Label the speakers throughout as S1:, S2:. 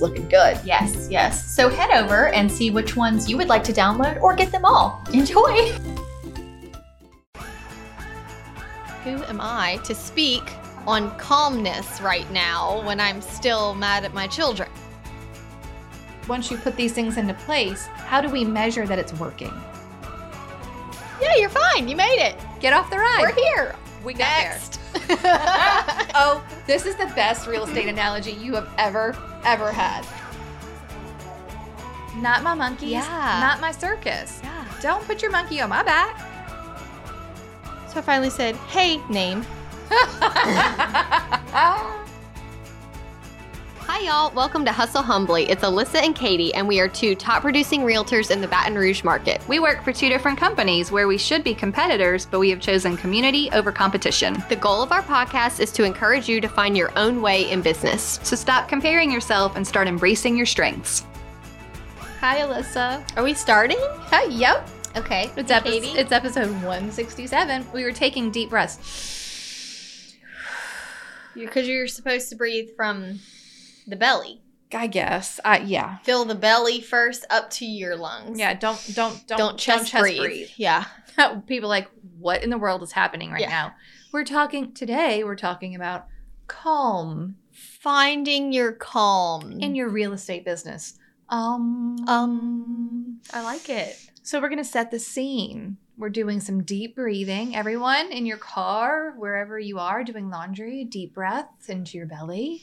S1: looking good.
S2: Yes, yes. So head over and see which ones you would like to download or get them all. Enjoy! Who am I to speak on calmness right now when I'm still mad at my children?
S3: Once you put these things into place, how do we measure that it's working?
S2: Yeah, you're fine. You made it.
S3: Get off the
S2: We're
S3: ride.
S2: here.
S3: We got
S2: Next.
S3: there. Oh, this is the best real estate analogy you have ever, ever had. Not my monkeys.
S2: Yeah.
S3: Not my circus.
S2: yeah.
S3: Don't put your monkey on my back.
S2: So I finally said, hey, name. Hi, y'all. Welcome to Hustle Humbly. It's Alyssa and Katie, and we are two top producing realtors in the Baton Rouge market.
S4: We work for two different companies where we should be competitors, but we have chosen community over competition.
S2: The goal of our podcast is to encourage you to find your own way in business.
S4: So stop comparing yourself and start embracing your strengths.
S3: Hi, Alyssa.
S2: Are we starting?
S3: Hi, yep.
S2: Okay.
S3: It's,
S2: Hey,
S3: epi- it's episode 167. We were taking deep breaths.
S2: Because you're supposed to breathe from the belly.
S3: I guess. I yeah.
S2: Fill the belly first up to your lungs.
S3: Yeah, don't don't don't
S2: Don't, chest, breathe. Yeah.
S3: People are like, what in the world is happening right
S2: Yeah.
S3: now? We're talking today, we're talking about calm
S2: Finding your calm.
S3: in your real estate business. Um
S2: Mm. um.
S3: I like it. So we're gonna set the scene. We're doing some deep breathing. Everyone in your car, wherever you are, doing laundry, deep breaths into your belly.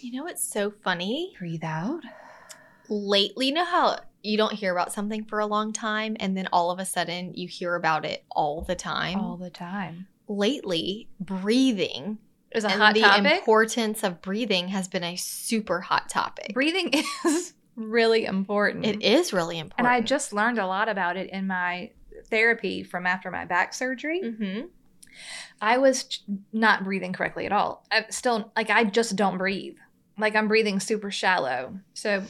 S2: You know what's so funny?
S3: Breathe out.
S2: Lately, you know how you don't hear about something for a long time, and then all of a sudden you hear about it all the time.
S3: all the time.
S2: Lately, breathing
S3: Is a
S2: and
S3: hot
S2: the
S3: topic.
S2: importance of breathing has been a super hot topic.
S3: breathing is really important.
S2: It is really important.
S3: And I just learned a lot about it in my therapy from after my back surgery.
S2: hmm
S3: I was ch- not breathing correctly at all. I'm still like I just don't breathe. Like I'm breathing super shallow. So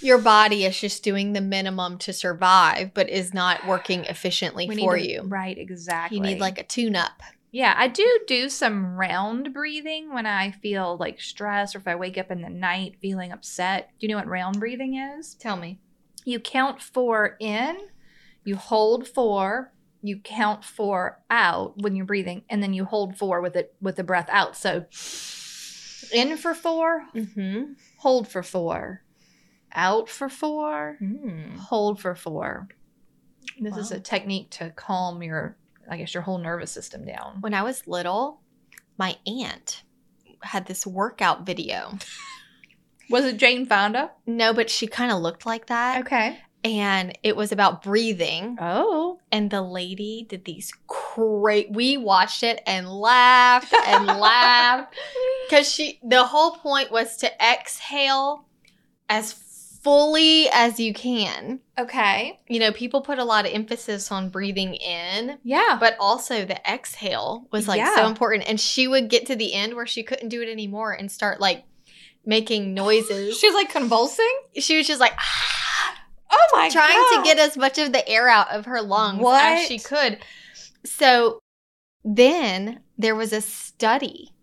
S2: your body is just doing the minimum to survive, but is not working efficiently
S3: we need
S2: for
S3: to-
S2: you.
S3: right exactly.
S2: You need like a tune up.
S3: yeah. I do do some round breathing when I feel like stressed or if I wake up in the night feeling upset. Do you know what round breathing is?
S2: Tell me.
S3: You count four in, you hold four, you count four out when you're breathing, and then you hold four with it with the breath out. So in for four,
S2: Mm-hmm.
S3: hold for four, out for four,
S2: Hmm.
S3: hold for four. This is
S2: Wow.
S3: a technique to calm your, I guess, your whole nervous system down.
S2: When I was little, my aunt had this workout video.
S3: Was it Jane Fonda?
S2: No, but she kind of looked like that.
S3: Okay.
S2: And it was about breathing.
S3: Oh,
S2: and the lady did these great we watched it and laughed and laughed because she the whole point was to exhale as fully as you can
S3: okay.
S2: you know people put a lot of emphasis on breathing in
S3: Yeah.
S2: but also the exhale was like so
S3: Yeah.
S2: important and she would get to the end where she couldn't do it anymore and start like making noises
S3: She's like convulsing.
S2: she was just like
S3: Oh my
S2: trying to get as much of the air out of her lungs as
S3: What?
S2: she could. So then there was a study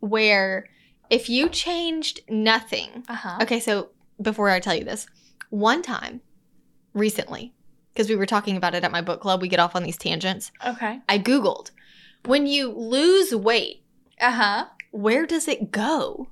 S2: where if you changed nothing,
S3: Uh huh.
S2: okay, so before I tell you this, one time recently, because we were talking about it at my book club, we get off on these tangents.
S3: Okay.
S2: I Googled when you lose weight,
S3: Uh huh.
S2: where does it go?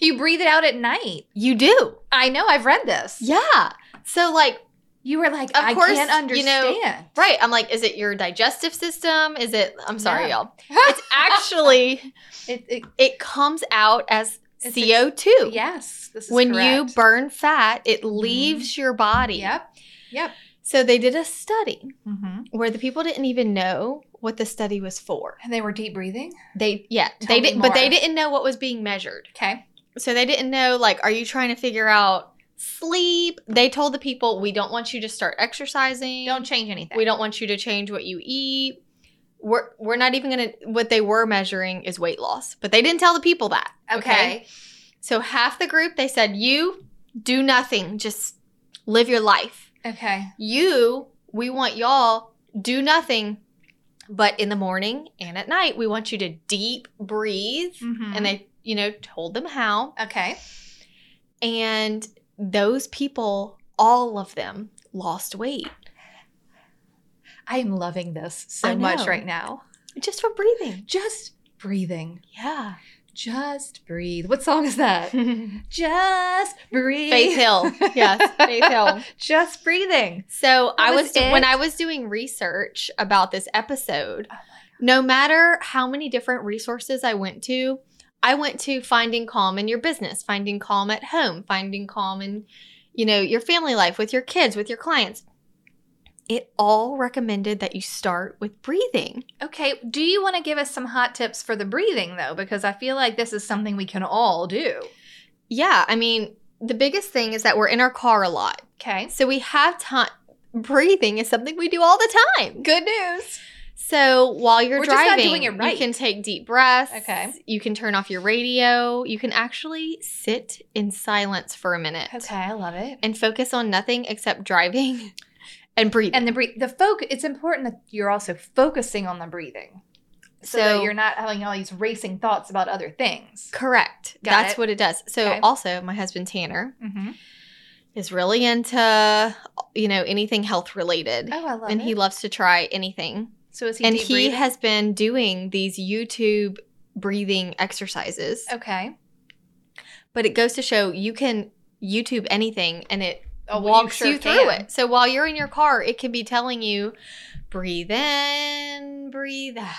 S3: You breathe it out at night.
S2: You do.
S3: I know. I've read this.
S2: Yeah. So, like,
S3: You were like,
S2: Of
S3: I
S2: course,
S3: can't
S2: you know-
S3: understand.
S2: Right. I'm like, is it your digestive system? Is it, I'm sorry,
S3: Yeah.
S2: y'all. It's actually,
S3: It, it,
S2: it comes out as
S3: It's ex-
S2: CO2.
S3: yes, this is
S2: When you
S3: correct. Mm-hmm.
S2: burn fat, it leaves your body.
S3: Yep. Yep.
S2: So they did a study
S3: Mm-hmm.
S2: where the people didn't even know what the study was for.
S3: And they were deep breathing.
S2: They, yeah,
S3: Tell
S2: they
S3: me
S2: did, but they
S3: more.
S2: didn't know what was being measured.
S3: Okay.
S2: So they didn't know, like, are you trying to figure out sleep? They told the people, we don't want you to start exercising.
S3: Don't change anything.
S2: we don't want you to change what you eat. We're, we're not even gonna what they were measuring is weight loss but they didn't tell the people that
S3: Okay.
S2: so half the group they said you do nothing just live your life
S3: Okay.
S2: you we want y'all do nothing but in the morning and at night we want you to deep breathe
S3: Mhm.
S2: and they you know told them how
S3: Okay.
S2: and those people all of them lost weight
S3: I am loving this so
S2: I
S3: much
S2: know.
S3: right now.
S2: just from breathing
S3: Just breathing.
S2: yeah
S3: Just breathe. What song is that? Just breathe.
S2: Faith Hill. Yes, Faith Hill.
S3: Just breathing.
S2: So I
S3: was
S2: was do- when
S3: it?
S2: I was doing research about this episode, no matter how many different resources I went to, I went to finding calm in your business, finding calm at home, finding calm in you know, your family life with your kids, with your clients. It all recommended that you start with breathing.
S3: Okay. Do you want to give us some hot tips for the breathing though? Because I feel like this is something we can all do.
S2: Yeah, I mean, the biggest thing is that we're in our car a lot.
S3: Okay.
S2: So we have time breathing is something we do all the time.
S3: Good news.
S2: So while you're
S3: We're just not
S2: driving,
S3: doing it right.
S2: you can take deep breaths.
S3: Okay.
S2: You can turn off your radio. You can actually sit in silence for a minute
S3: Okay, I love it.
S2: and focus on nothing except driving and breathing.
S3: And the breathe, the focus. It's important that you're also focusing on the breathing, so, that
S2: So-
S3: you're not having all these racing thoughts about other things.
S2: Correct.
S3: Got
S2: That's
S3: it.
S2: what it does. So
S3: Okay.
S2: also, my husband Tanner
S3: Mm-hmm.
S2: is really into you know anything health related,
S3: Oh, I love
S2: and he loves to try anything.
S3: so is he
S2: and
S3: deep
S2: he
S3: breathing?
S2: has been doing these YouTube breathing exercises.
S3: okay.
S2: But it goes to show you can YouTube anything and it
S3: Oh, well,
S2: walks
S3: sure
S2: you through
S3: can.
S2: it. So while you're in your car, it can be telling you, breathe in, breathe out.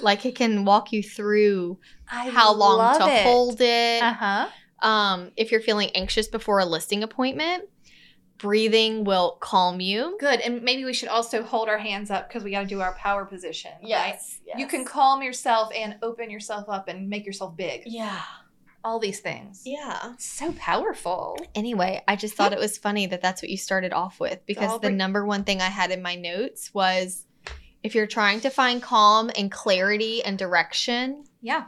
S2: Like it can walk you through
S3: I
S2: how long
S3: love
S2: to
S3: it.
S2: hold it.
S3: Uh huh.
S2: Um, if you're feeling anxious before a listing appointment, breathing will calm you.
S3: Good. And maybe we should also hold our hands up because we got to do our power position. right?
S2: yes.
S3: You can calm yourself and open yourself up and make yourself big.
S2: Yeah.
S3: All these things.
S2: Yeah.
S3: So powerful.
S2: Anyway, I just thought it was funny that that's what you started off with
S3: all
S2: because the
S3: breathe.
S2: number one thing I had in my notes was if you're trying to find calm and clarity and direction,
S3: Yeah.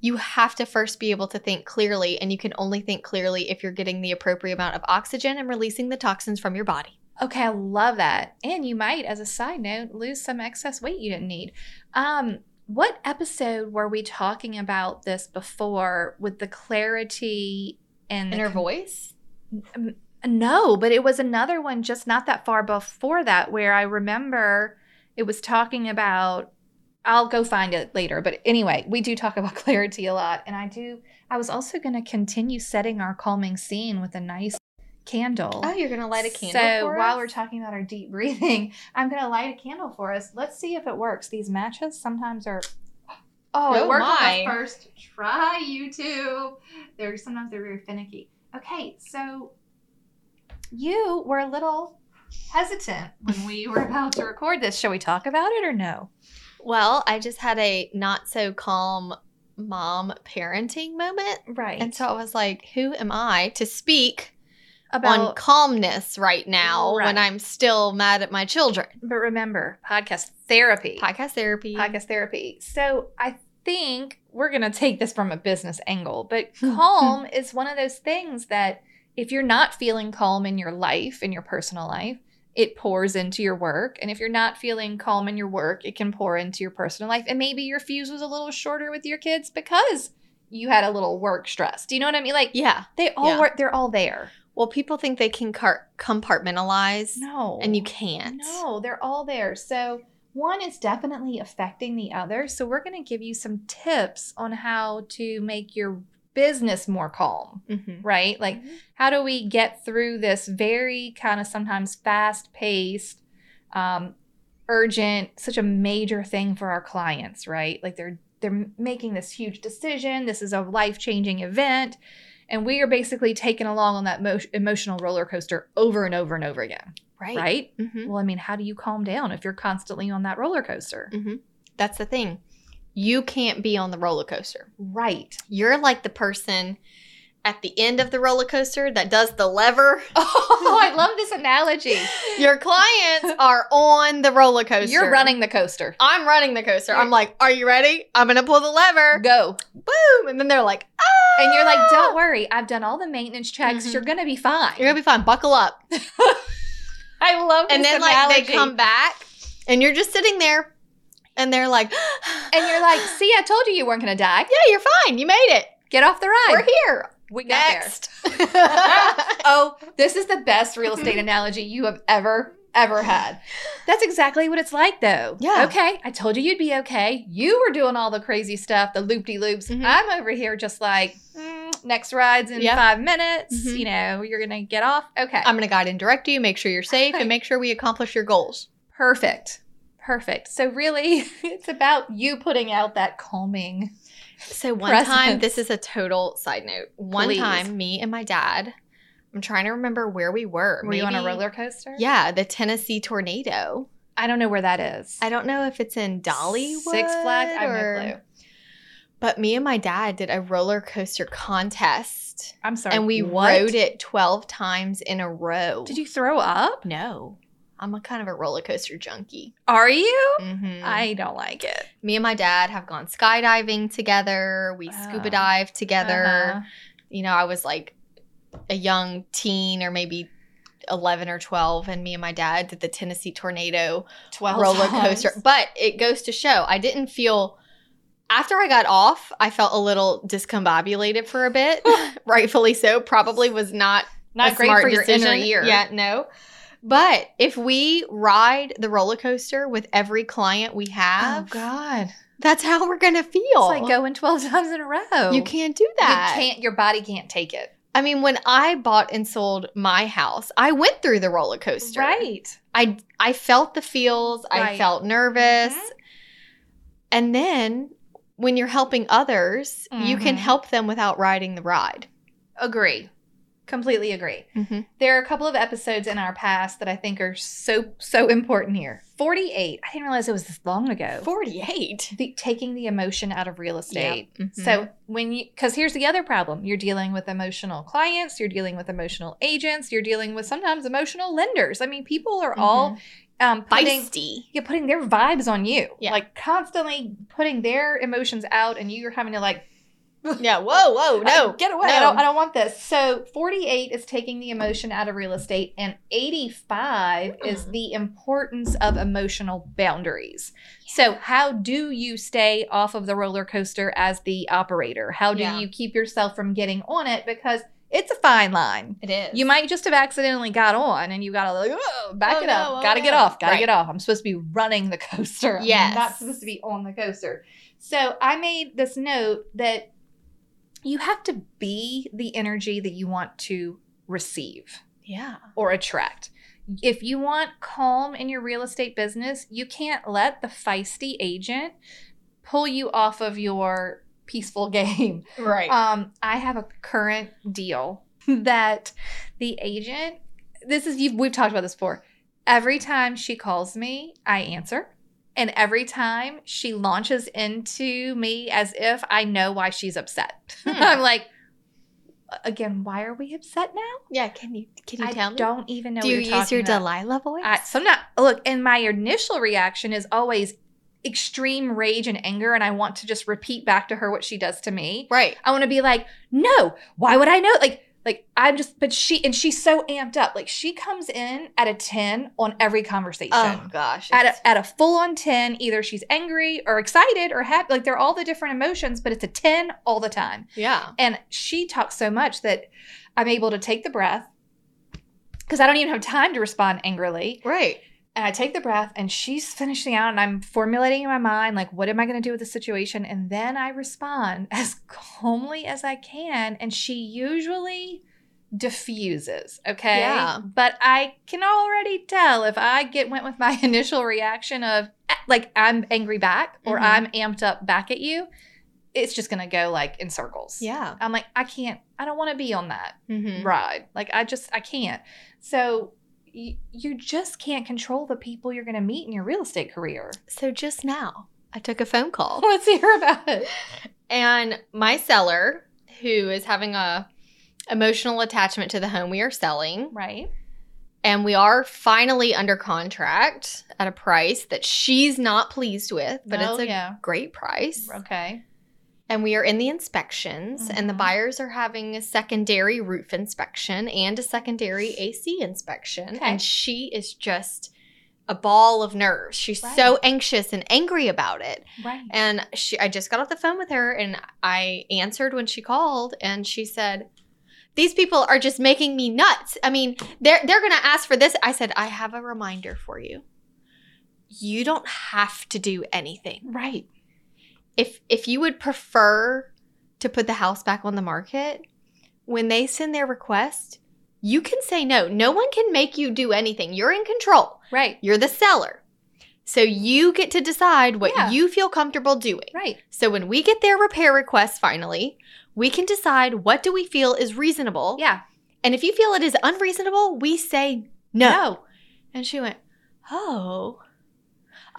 S2: you have to first be able to think clearly, and you can only think clearly if you're getting the appropriate amount of oxygen and releasing the toxins from your body.
S3: Okay, I love that. And you might, as a side note, lose some excess weight you didn't need. Um, what episode were we talking about this before with the clarity and the
S2: voice?
S3: No, but it was another one just not that far before that where I remember it was talking about I'll go find it later, but anyway, we do talk about clarity a lot and I do I was also going to continue setting our calming scene with a nice candle.
S2: Oh, you're gonna light a candle.
S3: So
S2: for
S3: while
S2: us?
S3: we're talking about our deep breathing, I'm going to light a candle for us. Let's see if it works. These matches sometimes are Oh, it
S2: Oh
S3: worked
S2: my.
S3: on the first try, YouTube. They're sometimes they're very finicky. Okay, so you were a little hesitant when we were about to record this. Shall we talk about it or no?
S2: well, I just had a not so calm mom parenting moment,
S3: Right.
S2: and so I was like, "Who am I to speak on
S3: about
S2: calmness right now
S3: Right.
S2: when I'm still mad at my children?"
S3: but remember, podcast therapy.
S2: Podcast therapy.
S3: podcast therapy. So I think we're going to take this from a business angle, but calm is one of those things that if you're not feeling calm in your life, in your personal life, it pours into your work. And if you're not feeling calm in your work, it can pour into your personal life. And maybe your fuse was a little shorter with your kids because you had a little work stress. Do you know what I mean? Like
S2: Yeah.
S3: they all
S2: Yeah.
S3: work, they're all there.
S2: Well, people think they can car- compartmentalize,
S3: No.
S2: and you can't.
S3: No, they're all there. So one is definitely affecting the other. So we're going to give you some tips on how to make your business more calm,
S2: Mm-hmm.
S3: right? Like, how do we get through this very kind of sometimes fast paced, um, urgent, such a major thing for our clients, right? Like they're they're making this huge decision. This is a life changing event, and we are basically taken along on that mo- emotional roller coaster over and over and over again,
S2: Right.
S3: right?
S2: Mm-hmm.
S3: Well, I mean, how do you calm down if you're constantly on that roller
S2: Mm-hmm.
S3: coaster?
S2: That's the thing. You can't be on the roller coaster.
S3: Right.
S2: You're like the person at the end of the roller coaster that does the lever.
S3: Oh, I love this analogy.
S2: Your clients are on the roller coaster.
S3: You're running the coaster.
S2: I'm running the coaster. I'm like, are you ready? I'm gonna pull the lever.
S3: Go.
S2: Boom! And then they're like, ah!
S3: And you're like, don't worry, I've done all the maintenance checks.
S2: Mhm.
S3: You're gonna be fine.
S2: You're gonna be fine. Buckle up.
S3: I love
S2: And
S3: this
S2: then like they
S3: analogy.
S2: come back, and you're just sitting there, and they're like,
S3: and you're like, see, I told you you weren't gonna die.
S2: yeah, you're fine. You made it.
S3: Get off the ride.
S2: We're here.
S3: we got
S2: Next.
S3: there. oh, this is the best real estate analogy you have ever ever had. That's exactly what it's like though.
S2: Yeah.
S3: Okay. I told you you'd be okay. You were doing all the crazy stuff, the loop de loops.
S2: Mhm.
S3: I'm over here just like mm, next rides in
S2: Yep.
S3: five minutes.
S2: Mhm.
S3: You know, you're gonna get off. Okay.
S2: I'm gonna guide and direct you, make sure you're safe, and make sure we accomplish your goals.
S3: Perfect. Perfect. So really, it's about you putting out that calming.
S2: So one
S3: Presents.
S2: time, this is a total side note. One
S3: Please.
S2: time, me and my dad, I'm trying to remember where we were.
S3: Were you on a
S2: Maybe-
S3: roller coaster?
S2: Yeah, the Tennessee tornado.
S3: I don't know where that is.
S2: I don't know if it's in Dollywood,
S3: Six Flags. I have
S2: or-
S3: no clue.
S2: But me and my dad did a roller coaster contest,
S3: I'm sorry.
S2: and we
S3: What?
S2: rode it 12 times in a row.
S3: Did you throw up?
S2: No, I'm a kind of a roller coaster junkie.
S3: Are you?
S2: Mhm.
S3: I don't like it.
S2: me and my dad have gone skydiving together. We scuba
S3: Oh.
S2: dive together.
S3: Uh-huh.
S2: You know, I was like a young teen or maybe 11 or 12, and me and my dad did the Tennessee tornado
S3: Twelve
S2: roller
S3: times.
S2: coaster. But it goes to show, I didn't feel. After I got off, I felt a little discombobulated for a bit. Rightfully so. Probably was not
S3: Not
S2: a
S3: great
S2: smart
S3: for your
S2: decision.
S3: inner ear.
S2: Yeah, no. But if we ride the roller coaster with every client we
S3: Oh
S2: have,
S3: God.
S2: that's how we're gonna feel.
S3: It's like going twelve times in a row.
S2: you can't do
S3: You
S2: that.
S3: can't. Your body can't take it.
S2: I mean, when I bought and sold my house, I went through the roller coaster.
S3: Right.
S2: I I felt the feels. I
S3: Right.
S2: felt nervous.
S3: Mhm.
S2: And then when you're helping others, you can
S3: Mhm.
S2: help them without riding the ride.
S3: Agree. Completely agree.
S2: Mm-hmm.
S3: There are a couple of episodes in our past that I think are so so important here. Forty eight. I didn't realize it was this long ago.
S2: Forty-eight.
S3: the, taking the emotion out of real estate.
S2: So
S3: So when you, because here's the other problem: you're dealing with emotional clients, you're dealing with emotional agents, you're dealing with sometimes emotional lenders. I mean, people are all um,
S2: Mm-hmm.
S3: putting
S2: feisty.
S3: yeah, putting their vibes on you,
S2: Yeah.
S3: like constantly putting their emotions out, and you're having to like
S2: Yeah. Whoa. Whoa. No.
S3: get away.
S2: no.
S3: I don't. I don't want this. So 48 is taking the emotion out of real estate, and 85
S2: Mm-hmm.
S3: is the importance of emotional boundaries. So how do you stay off of the roller coaster as the operator? How do
S2: Yeah.
S3: you keep yourself from getting on it? Because it's a fine line.
S2: It is.
S3: You might just have accidentally got on, and you gotta like, oh, back
S2: Oh,
S3: it
S2: no,
S3: up.
S2: oh,
S3: gotta get
S2: no."
S3: off. Gotta
S2: Right.
S3: get off. I'm supposed to be running the coaster.
S2: Yes.
S3: I'm not supposed to be on the coaster. So I made this note that you have to be the energy that you want to receive
S2: Yeah.
S3: or attract. If you want calm in your real estate business, you can't let the feisty agent pull you off of your peaceful game.
S2: Right.
S3: Um, I have a current deal that the agent. This is you've, we've talked about this before. Every time she calls me, I answer, and every time she launches into me as if I know why she's upset.
S2: Hmm.
S3: I'm like, again, why are we upset now?
S2: yeah. Can you can you
S3: I
S2: tell me?
S3: don't even know.
S2: Do
S3: what
S2: you
S3: you're
S2: use your
S3: talking about.
S2: Delilah voice?
S3: I, so I'm not look, and my initial reaction is always extreme rage and anger, and I want to just repeat back to her what she does to me.
S2: right.
S3: I want to be like, no, why would I know? Like, like I'm just, but she and she's so amped up. Like she comes in at a ten on every conversation.
S2: Oh gosh.
S3: at
S2: it's-
S3: a, at a full on 10 either she's angry or excited or happy like they're all the different emotions but it's a 10 all the time
S2: yeah.
S3: and she talks so much that i'm able to take the breath because i don't even have time to respond angrily
S2: Right.
S3: and I take the breath, and she's finishing out, and I'm formulating in my mind, like, what am I going to do with the situation? And then I respond as calmly as I can. And she usually diffuses, okay?
S2: Yeah.
S3: But I can already tell if I get went with my initial reaction of, eh, like, I'm angry back or
S2: Mhm.
S3: I'm amped up back at you, it's just going to go like in circles.
S2: Yeah.
S3: I'm like, I can't, I don't want to be on that
S2: Mm-hmm.
S3: ride. Like I just I can't. So you, you just can't control the people you're going to meet in your real estate career.
S2: So just now, I took a phone call,
S3: Let's hear about it.
S2: and my seller, who is having a emotional attachment to the home we are selling.
S3: Right.
S2: And we are finally under contract at a price that she's not pleased with, but
S3: No,
S2: it's a
S3: Oh, yeah.
S2: great price.
S3: Okay.
S2: And we are in the inspections, and the
S3: Mhm.
S2: buyers are having a secondary roof inspection and a secondary AC inspection.
S3: Okay.
S2: And she is just a ball of nerves. She's so
S3: Right.
S2: anxious and angry about it.
S3: Right.
S2: And she I just got off the phone with her and I answered when she called and she said, "These people are just making me nuts. I mean, they're they're going to ask for this." I said, "I have a reminder for you. You don't have to do anything.
S3: Right.
S2: If if you would prefer to put the house back on the market, when they send their request, you can say no. No one can make you do anything. You're in control.
S3: Right.
S2: You're the seller. So you get to decide what
S3: Yeah.
S2: you feel comfortable doing.
S3: Right.
S2: So when we get their repair request finally, we can decide what do we feel is reasonable.
S3: Yeah.
S2: And if you feel it is unreasonable, we say no.
S3: No.
S2: And she went, "Oh.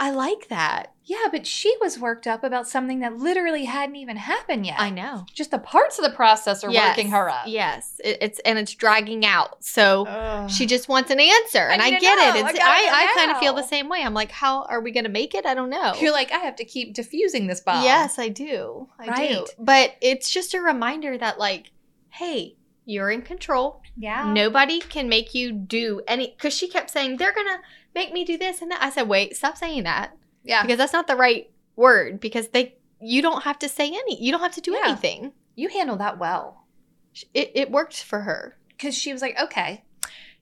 S2: I like that.
S3: Yeah, but she was worked up about something that literally hadn't even happened yet.
S2: I know."
S3: Just the parts of the process are
S2: Yes,
S3: working her up.
S2: Yes. It- it's and it's dragging out.
S3: Oh.
S2: So she just wants an answer, and I,
S3: need to
S2: get
S3: know.
S2: it.
S3: I
S2: It's,
S3: gotta
S2: I, I, kind
S3: know.
S2: of feel the same way. I'm like, how are we going to make it? I don't know.
S3: You're like, I have to keep diffusing this bomb.
S2: Yes, I do. I do.
S3: Right.
S2: But it's just a reminder that, like, hey, you're in control.
S3: Yeah.
S2: Nobody can make you do any. Because she kept saying, they're going to make me do this and that. I said, wait, stop saying that.
S3: Yeah.
S2: Because that's not the right word. Because they, you don't have to say any, you don't have to do
S3: Yeah.
S2: anything.
S3: You handle that well.
S2: Sh- It, it worked for her.
S3: Because she was like, okay.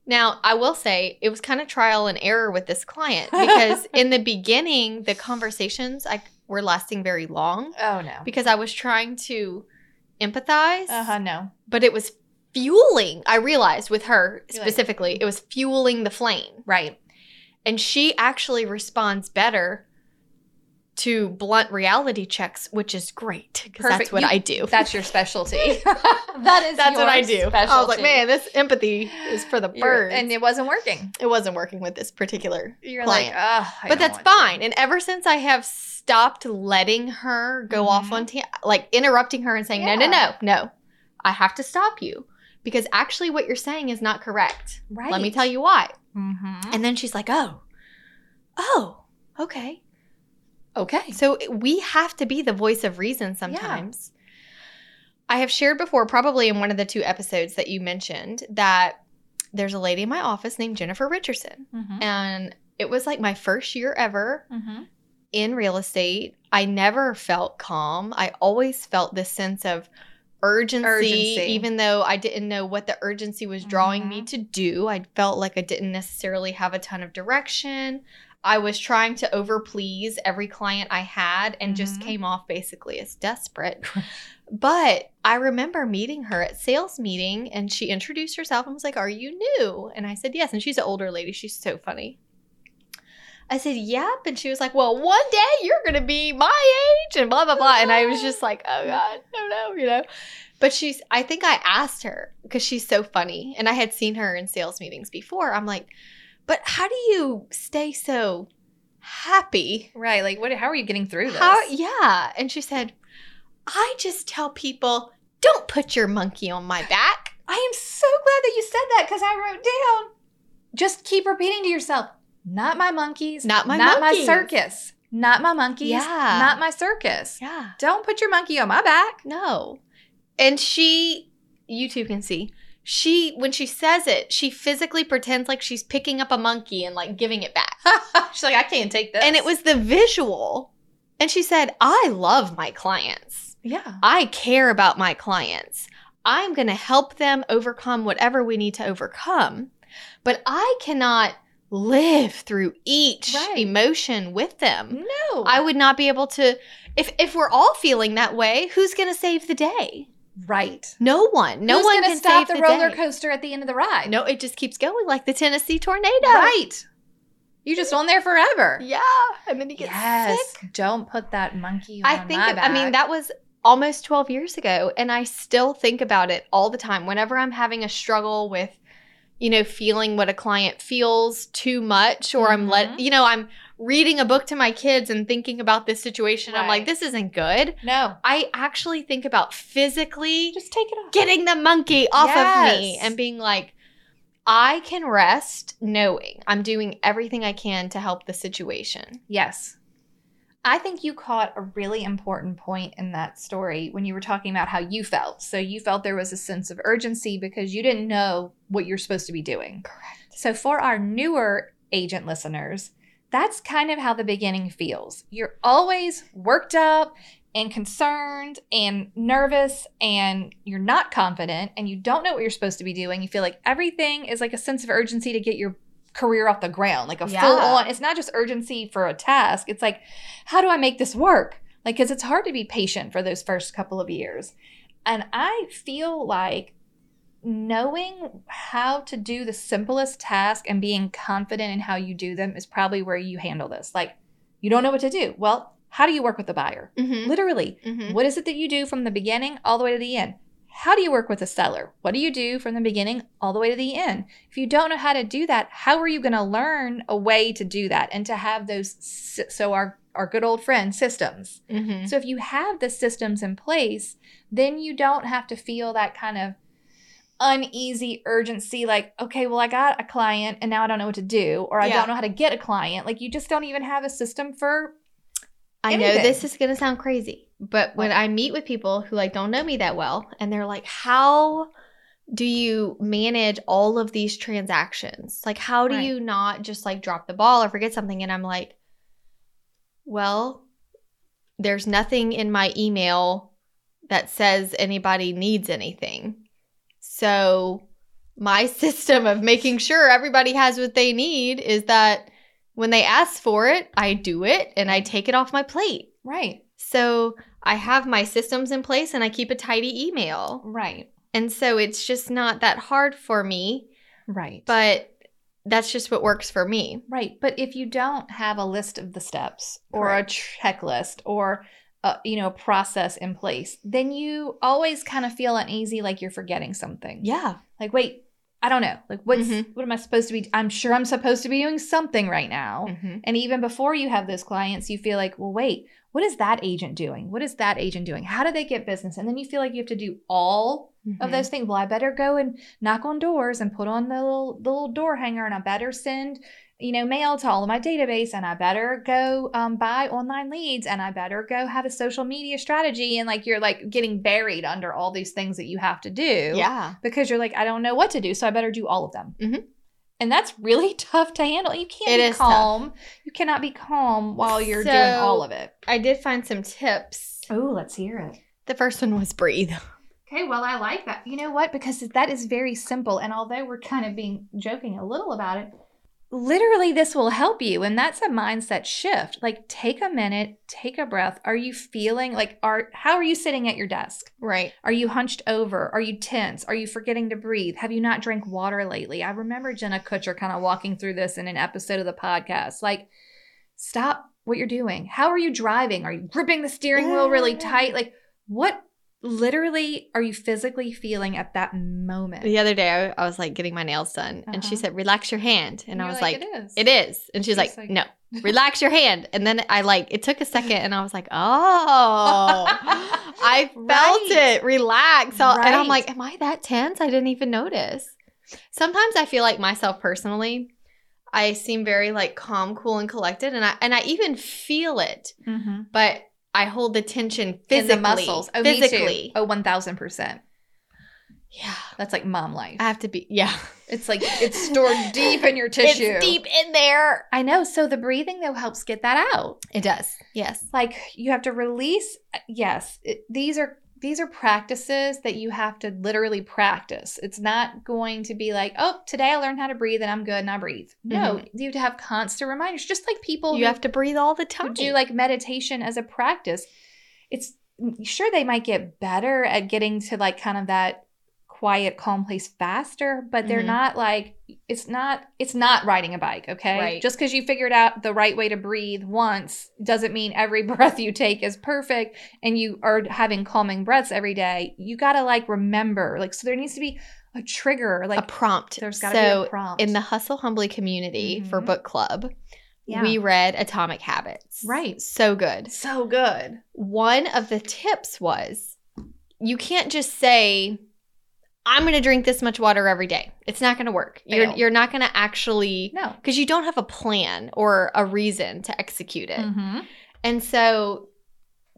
S2: Now, I will say it was kind of trial and error with this client because in the beginning, the conversations I, were lasting very long.
S3: Oh, no.
S2: because I was trying to empathize,
S3: Uh huh, no.
S2: but it was fueling. I realized with her
S3: You're like- "Mm-hmm."
S2: specifically, it was fueling the flame.
S3: Right.
S2: And she actually responds better to blunt reality checks, which is great because
S3: Perfect.
S2: that's what
S3: You-
S2: I do.
S3: That's your specialty. that is
S2: That's what
S3: your
S2: I do. I was
S3: specialty.
S2: like, man, this empathy is for the
S3: You're-
S2: birds.
S3: And it wasn't working.
S2: it wasn't working with this particular
S3: You're
S2: client.
S3: like, oh,
S2: but that's fine. And ever since I have stopped letting her go
S3: Mhm.
S2: off on t- like interrupting her and saying no, no, no,
S3: Yeah.
S2: no, I have to stop you because actually what you're saying is not correct.
S3: Right.
S2: Let me tell you why.
S3: Mm-hmm.
S2: And then she's like, oh, oh, okay.
S3: Okay.
S2: So we have to be the voice of reason sometimes. I have shared before, probably in one of the two episodes that you mentioned, that there's a lady in my office named Jennifer Richardson,
S3: Mm-hmm.
S2: and it was like my first year ever
S3: Mm-hmm.
S2: in real estate, I never felt calm. I always felt this sense of urgency,
S3: Urgency.
S2: even though I didn't know what the urgency was drawing me to do. I felt like I didn't necessarily have a ton of direction. I was trying to overplease every client I had and just
S3: Mhm.
S2: came off basically as desperate. but I remember meeting her at sales meeting and she introduced herself and was like, "Are you new?" And I said, "Yes." And she's an older lady. She's so funny. I said, yep. And she was like, well, one day you're going to be my age and blah, blah, blah. And I was just like, oh God, no, no, you know. But she's, I think I asked her because she's so funny. And I had seen her in sales meetings before. I'm like, but how do you stay so happy?
S3: Right. Like, what? How are you getting through this?
S2: How, yeah. And she said, I just tell people, don't put your monkey on my back.
S3: I am so glad that you said that because I wrote down. Just keep repeating to yourself. Not my monkeys.
S2: Not my
S3: Not
S2: monkeys."
S3: my circus. Not my monkeys.
S2: Yeah.
S3: Not my circus.
S2: Yeah.
S3: Don't put your monkey on my back.
S2: No. And she, you two can see, she, when she says it, she physically pretends like she's picking up a monkey and like giving it back.
S3: She's like, I can't take this.
S2: And it was the visual. And she said, I love my clients.
S3: yeah.
S2: I care about my clients. I'm going to help them overcome whatever we need to overcome. But I cannot live through each
S3: Right. Mm.
S2: emotion with them.
S3: No.
S2: I would not be able to if if we're all feeling that way, who's going to save the day?
S3: right.
S2: No one. No
S3: Who's
S2: one
S3: gonna
S2: can
S3: stop
S2: save the,
S3: the roller
S2: day.
S3: coaster at the end of the ride.
S2: No, it just keeps going like the Tennessee tornado.
S3: Right. You're just on there forever.
S2: Yeah. And then he gets
S3: yes.
S2: sick.
S3: Don't put that monkey on
S2: I think.
S3: my
S2: it-
S3: back.
S2: I mean, that was almost 12 years ago, and I still think about it all the time. Whenever I'm having a struggle with, you know, feeling what a client feels too much, or I'm
S3: Mhm.
S2: let, you know, I'm reading a book to my kids and thinking about this situation. I'm like,
S3: Right.
S2: this isn't good.
S3: No.
S2: I actually think about physically
S3: Just take it off.
S2: getting the monkey off of me
S3: Yes.
S2: and being like, I can rest knowing I'm doing everything I can to help the situation.
S3: Yes. I think you caught a really important point in that story when you were talking about how you felt. So you felt there was a sense of urgency because you didn't know what you're supposed to be doing. Correct. So for our newer agent listeners, that's kind of how the beginning feels. You're always worked up and concerned and nervous and you're not confident and you don't know what you're supposed to be doing. You feel like everything is like a sense of urgency to get your career off the ground, like a
S2: Yeah.
S3: full on. It's not just urgency for a task. It's like, how do I make this work? Like, because it's hard to be patient for those first couple of years. And I feel like knowing how to do the simplest task and being confident in how you do them is probably where you handle this. Like, you don't know what to do. Well, how do you work with the buyer?
S2: Mm-hmm.
S3: Literally,
S2: Mm-hmm.
S3: what is it that you do from the beginning all the way to the end? How do you work with a seller? What do you do from the beginning all the way to the end? If you don't know how to do that, how are you going to learn a way to do that and to have those? sy- So our our good old friend systems.
S2: Mm-hmm.
S3: So if you have the systems in place, then you don't have to feel that kind of uneasy urgency like okay well i got a client and now i don't know what to do or i
S2: Yeah.
S3: don't know how to get a client like you just don't even have a system for
S2: I know
S3: anything.
S2: this is going to sound crazy, but when I meet with people who like don't know me that well and they're like, "How do you manage all of these transactions? Like how do
S3: Right.
S2: you not just like drop the ball or forget something?" And I'm like, "Well, there's nothing in my email that says anybody needs anything." So, my system of making sure everybody has what they need is that when they ask for it, I do it and I take it off my plate.
S3: right
S2: So I have my systems in place and I keep a tidy email.
S3: right
S2: And so it's just not that hard for me,
S3: right
S2: but that's just what works for me.
S3: Right, but if you don't have a list of the steps or
S2: Correct.
S3: a checklist or a, you know a process in place, then you always kind of feel uneasy, like you're forgetting something.
S2: Yeah.
S3: Like, wait, I don't know. Like, what's
S2: Mhm.
S3: what am I supposed to be? I'm sure I'm supposed to be doing something right now.
S2: Mm-hmm.
S3: And even before you have those clients, you feel like, well, wait, what is that agent doing? What is that agent doing? How do they get business? And then you feel like you have to do all
S2: Mm-hmm.
S3: of those things. Well, I better go and knock on doors and put on the little, the little door hanger, and I better send, you know, mail to all of my database, and I better go um, buy online leads, and I better go have a social media strategy, and like you're like getting buried under all these things that you have to do,
S2: Yeah.
S3: because you're like, I don't know what to do, so I better do all of them.
S2: Mhm.
S3: And that's really tough to handle. You can't
S2: It
S3: be
S2: is tough.
S3: calm. You cannot be calm while you're doing
S2: So-
S3: all of it.
S2: I did find some tips.
S3: Oh, let's hear it.
S2: The first one was breathe.
S3: Okay, well, I like that. You know what? Because that is very simple. And although we're kind of being joking a little about it, literally this will help you. And that's a mindset shift. Like, take a minute, take a breath. Are you feeling like, are, how are you sitting at your desk?
S2: Right.
S3: Are you hunched over? Are you tense? Are you forgetting to breathe? Have you not drank water lately? I remember Jenna Kutcher kind of walking through this in an episode of the podcast. Like, stop what you're doing. How are you driving? Are you gripping the steering wheel really tight? Like, what literally are you physically feeling at that moment?
S2: The other day, I, I was like getting my nails done, and she
S3: Uh-huh.
S2: said, "Relax your hand," and, I
S3: you're
S2: was like,
S3: it is.
S2: "It is," and she's
S3: You're
S2: like,
S3: just like-
S2: "No, relax your hand." And then I like it took a second, and I was like, "Oh, I felt
S3: Right.
S2: it. Relax." So- And I'm
S3: Right.
S2: like, "Am I that tense? I didn't even notice." Sometimes I feel like myself personally. I seem very like calm, cool, and collected, and I and I even feel it,
S3: Mhm.
S2: but I hold the tension
S3: In
S2: physically,
S3: the muscles. Oh, Me too.
S2: physically.
S3: Oh, 1000%.
S2: Yeah,
S3: That's like mom life.
S2: I have to be. Yeah,
S3: It's like it's stored deep in your tissue.
S2: It's deep in there.
S3: I know. So the breathing though helps get that out.
S2: It does. Yes.
S3: Like you have to release. uh, Yes, it- these are these are practices that you have to literally practice. It's not going to be like, oh, today I learned how to breathe and I'm good and I breathe. No, you have to have constant reminders. Just like people
S2: Mm-hmm. You
S3: who,
S2: have to breathe all the
S3: who
S2: time.
S3: do like meditation as a practice. It's sure they might get better at getting to like kind of that quiet calm place faster but they're
S2: Mhm.
S3: not like it's not it's not riding a bike okay
S2: Right.
S3: just because you figured out the right way to breathe once doesn't mean every breath you take is perfect and you are having calming breaths every day you gotta like remember like so there needs to be a trigger like
S2: a prompt.
S3: there's gotta
S2: so
S3: be a prompt
S2: in the Hustle Humbly community for
S3: Mhm.
S2: book club,
S3: Yeah.
S2: we read Atomic Habits.
S3: Right.
S2: So good.
S3: so good.
S2: One of the tips was you can't just say, I'm going to drink this much water every day. It's not going to work. You're,
S3: Fail.
S2: you're not going to actually,
S3: No.
S2: because you don't have a plan or a reason to execute it.
S3: Mm-hmm.
S2: And so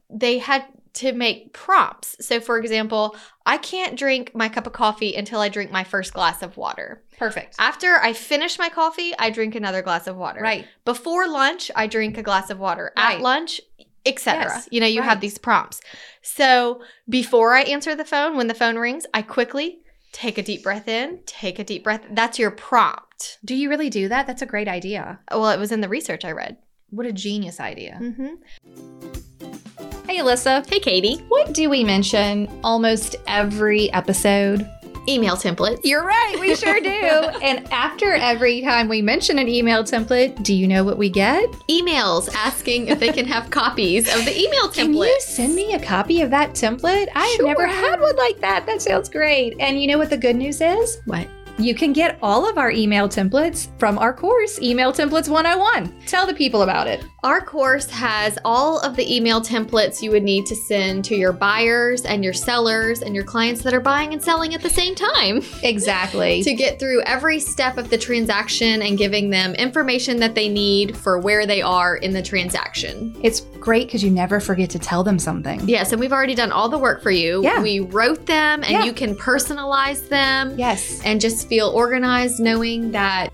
S2: they had to make prompts. So, for example, I can't drink my cup of coffee until I drink my first glass of water.
S3: Perfect.
S2: After I finish my coffee, I drink another glass of water.
S3: Right.
S2: Before lunch, I drink a glass of water.
S3: Right.
S2: At lunch, etc.
S3: Yes,
S2: You know, you
S3: right.
S2: have these prompts. So, before I answer the phone, when the phone rings, I quickly take a deep breath in, take a deep breath. That's your prompt.
S3: Do you really do that? That's a great idea.
S2: Well, it was in the research I read.
S3: What a genius idea.
S2: Mm-hmm.
S4: Mm. Hey, Alyssa.
S2: Hey, Katie.
S4: What do we mention almost every episode?
S2: Email templates.
S4: You're right, we sure do. and after every time we mention an email template, do you know what we get?
S2: emails asking if they can have copies of the email template.
S4: Can you send me a copy of that template? I have never
S2: Sure.
S4: had one like that. That sounds great. And you know what the good news is? What? You can get all of our email templates from our course, Email Templates 101. Tell the people about it.
S2: Our course has all of the email templates you would need to send to your buyers and your sellers and your clients that are buying and selling at the same time
S4: Exactly.
S2: to get through every step of the transaction and giving them information that they need for where they are in the transaction.
S4: it's great because you never forget to tell them something.
S2: Yes, and we've already done all the work for you.
S4: Yeah.
S2: We wrote them and
S4: Yeah.
S2: you can personalize them
S4: Yes.
S2: and just feel organized knowing that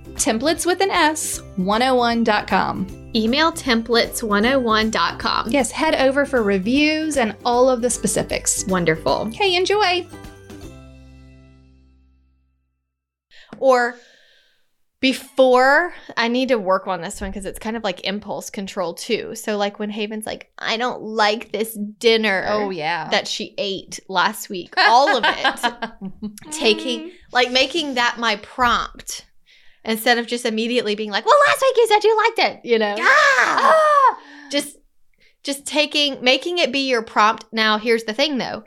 S4: templates with an S 101.com.
S2: Emailtemplates101.com.
S4: Yes, head over for reviews and all of the specifics.
S2: Wonderful.
S4: Hey, enjoy.
S2: Or before, I need to work on this one because it's kind of like impulse control too. So, like when Haven's like, I don't like this dinner
S3: Oh yeah.
S2: that she ate last week, all of it, taking, like making that my prompt instead of just immediately being like, well, last week you said you liked it, you know?
S3: Ah!
S2: just just taking making it be your prompt now here's the thing though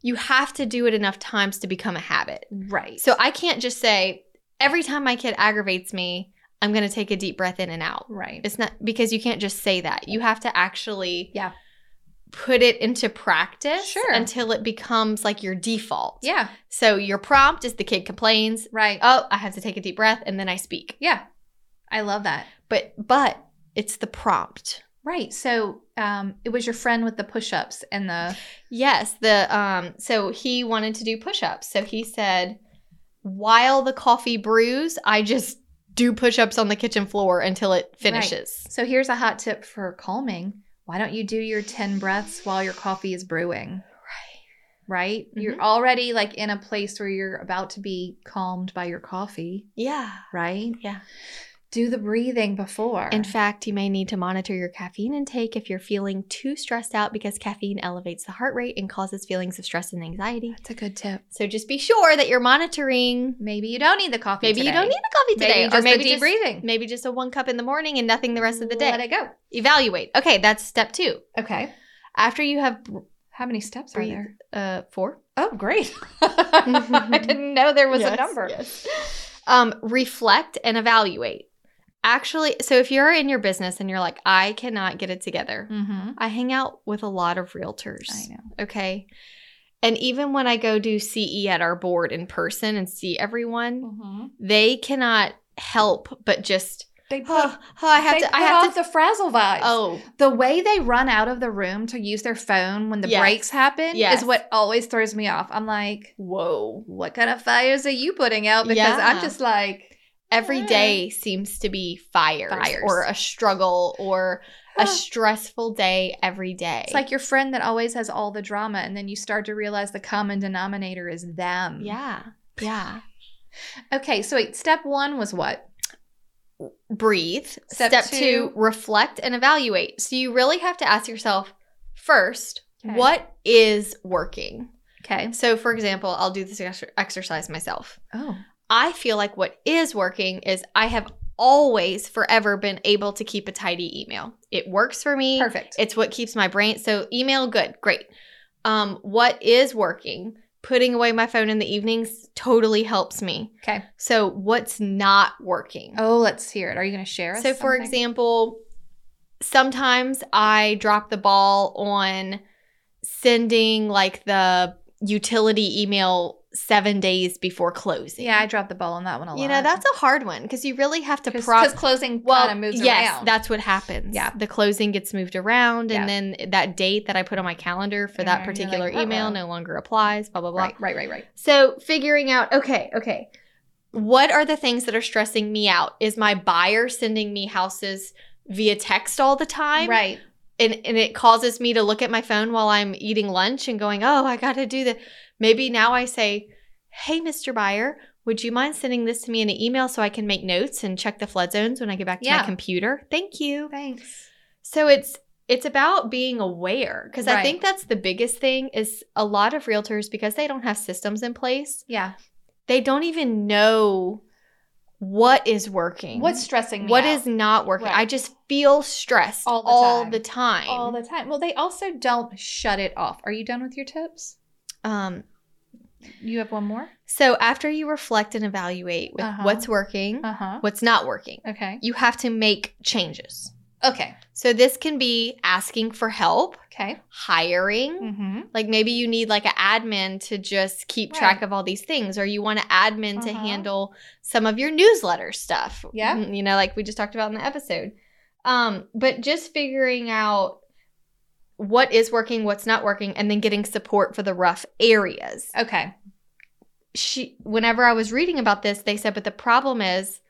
S2: you have to do it enough times to become a habit
S3: Right.
S2: so i can't just say every time my kid aggravates me i'm going to take a deep breath in and out
S3: right.
S2: it's not because you can't just say that you have to actually
S3: Yeah.
S2: put it into practice
S3: Sure.
S2: until it becomes like your default
S3: yeah.
S2: so your prompt is the kid complains
S3: Right.
S2: oh i have to take a deep breath and then i speak
S3: yeah. I love that.
S2: but but it's the prompt
S3: Right. So um, it was your friend with the push-ups and the
S2: Yes, the um so he wanted to do push-ups. So he said, "While the coffee brews, I just do push-ups on the kitchen floor until it finishes."
S3: so here's a hot tip for calming. Why don't you do your 10 breaths while your coffee is brewing? Right? Mm-hmm. You're already like in a place where you're about to be calmed by your coffee,
S2: Yeah.
S3: right?
S2: Yeah.
S3: Do the breathing before.
S2: In fact, you may need to monitor your caffeine intake if you're feeling too stressed out because caffeine elevates the heart rate and causes feelings of stress and anxiety.
S3: that's a good tip.
S2: So just be sure that you're monitoring.
S3: Maybe you don't need the coffee.
S2: Maybe you
S3: today.
S2: don't need the coffee
S3: Maybe
S2: today
S3: just
S2: or maybe
S3: the deep
S2: just,
S3: breathing.
S2: maybe just a one cup in the morning and nothing the rest of the day.
S3: Let it go.
S2: Evaluate. Okay, that's step 2.
S3: Okay.
S2: After you have
S3: How many steps
S2: Breathe.
S3: are there?
S2: uh 4
S3: Oh, great. I didn't know there was a
S2: Yes,
S3: number.
S2: yes. Um, reflect and evaluate. Actually, so if you're in your business and you're like, I cannot get it together,
S3: Mm-hmm.
S2: I hang out with a lot of realtors.
S3: I know.
S2: Okay. And even when I go do CE at our board in person and see
S3: Mm.
S2: everyone, they cannot help but just,
S3: They put,
S2: oh, oh, I have
S3: they
S2: to, I
S3: put
S2: have
S3: off
S2: to.
S3: the frazzle vibes.
S2: Oh,
S3: The way they run out of the room to use their phone when the
S2: Yes.
S3: breaks happen
S2: Yes.
S3: is what always throws me off. I'm like,
S2: whoa.
S3: what kind of fires are you putting out? Because
S2: Yeah.
S3: I'm just like,
S2: Every day seems to be fires,
S3: Fires.
S2: or a struggle or a stressful day every day.
S3: it's like your friend that always has all the drama, and then you start to realize the common denominator is
S2: Mm.
S3: them.
S2: yeah, yeah.
S3: Okay, so wait, step one was what?
S2: breathe.
S3: Step
S2: Step,
S3: two.
S2: two, reflect and evaluate. So you really have to ask yourself first,
S3: Okay.
S2: what is working?
S3: Okay.
S2: So, for example, I'll do this ex- exercise myself.
S3: Oh.
S2: I feel like what is working is I have always, forever been able to keep a tidy email. It works for me.
S3: Perfect.
S2: It's what keeps my brain. So email, good, great. Um, what is working? Putting away my phone in the evenings totally helps me.
S3: Okay.
S2: So what's not working?
S3: Oh, let's hear it. Are you going to share us?
S2: so for
S3: something?
S2: example, sometimes I drop the ball on sending like the utility email seven days before closing.
S3: Yeah, I dropped the ball on that one a lot.
S2: You know, that's a hard one because you really have to
S3: because
S2: pro-
S3: closing
S2: well,
S3: kind of moves
S2: yes,
S3: around.
S2: that's what happens.
S3: Yeah.
S2: the closing gets moved around,
S3: Yeah.
S2: and then that date that I put on my calendar for
S3: And
S2: that
S3: you're like,
S2: particular
S3: "Uh-uh."
S2: email no longer applies. Blah blah blah.
S3: right, right, right, right.
S2: So figuring out, okay, okay, what are the things that are stressing me out? Is my buyer sending me houses via text all the time?
S3: right.
S2: and, and it causes me to look at my phone while I'm eating lunch and going, oh, I got to do that. Maybe now I say, hey, Mr. Buyer, would you mind sending this to me in an email so I can make notes and check the flood zones when I get back to
S3: Yeah.
S2: my computer? Thank you.
S3: Thanks.
S2: So it's it's about being aware because I
S3: Right.
S2: think that's the biggest thing is a lot of realtors because they don't have systems in place,
S3: Yeah.
S2: they don't even know what is working.
S3: What's stressing me
S2: what
S3: out?
S2: is not working?
S3: Right.
S2: I just feel stressed
S3: All
S2: all
S3: the
S2: the
S3: time.
S2: time.
S3: all the time? Well, they also don't shut it off. Are you done with your tips?
S2: um,
S3: You have one more?
S2: So after you reflect and evaluate with
S3: Uh-huh.
S2: what's working,
S3: Uh-huh.
S2: what's not working,
S3: Okay.
S2: you have to make changes.
S3: Okay.
S2: So this can be asking for help,
S3: Okay.
S2: hiring.
S3: Mm-hmm.
S2: Like maybe you need like an admin to just keep
S3: Right.
S2: track of all these things, or you want an admin to
S3: Uh-huh.
S2: handle some of your newsletter stuff.
S3: Yeah.
S2: Mm, You know, like we just talked about in the episode. Um, but just figuring out what is working, what's not working, and then getting support for the rough areas.
S3: Okay.
S2: she whenever I was reading about this, they said, but the problem is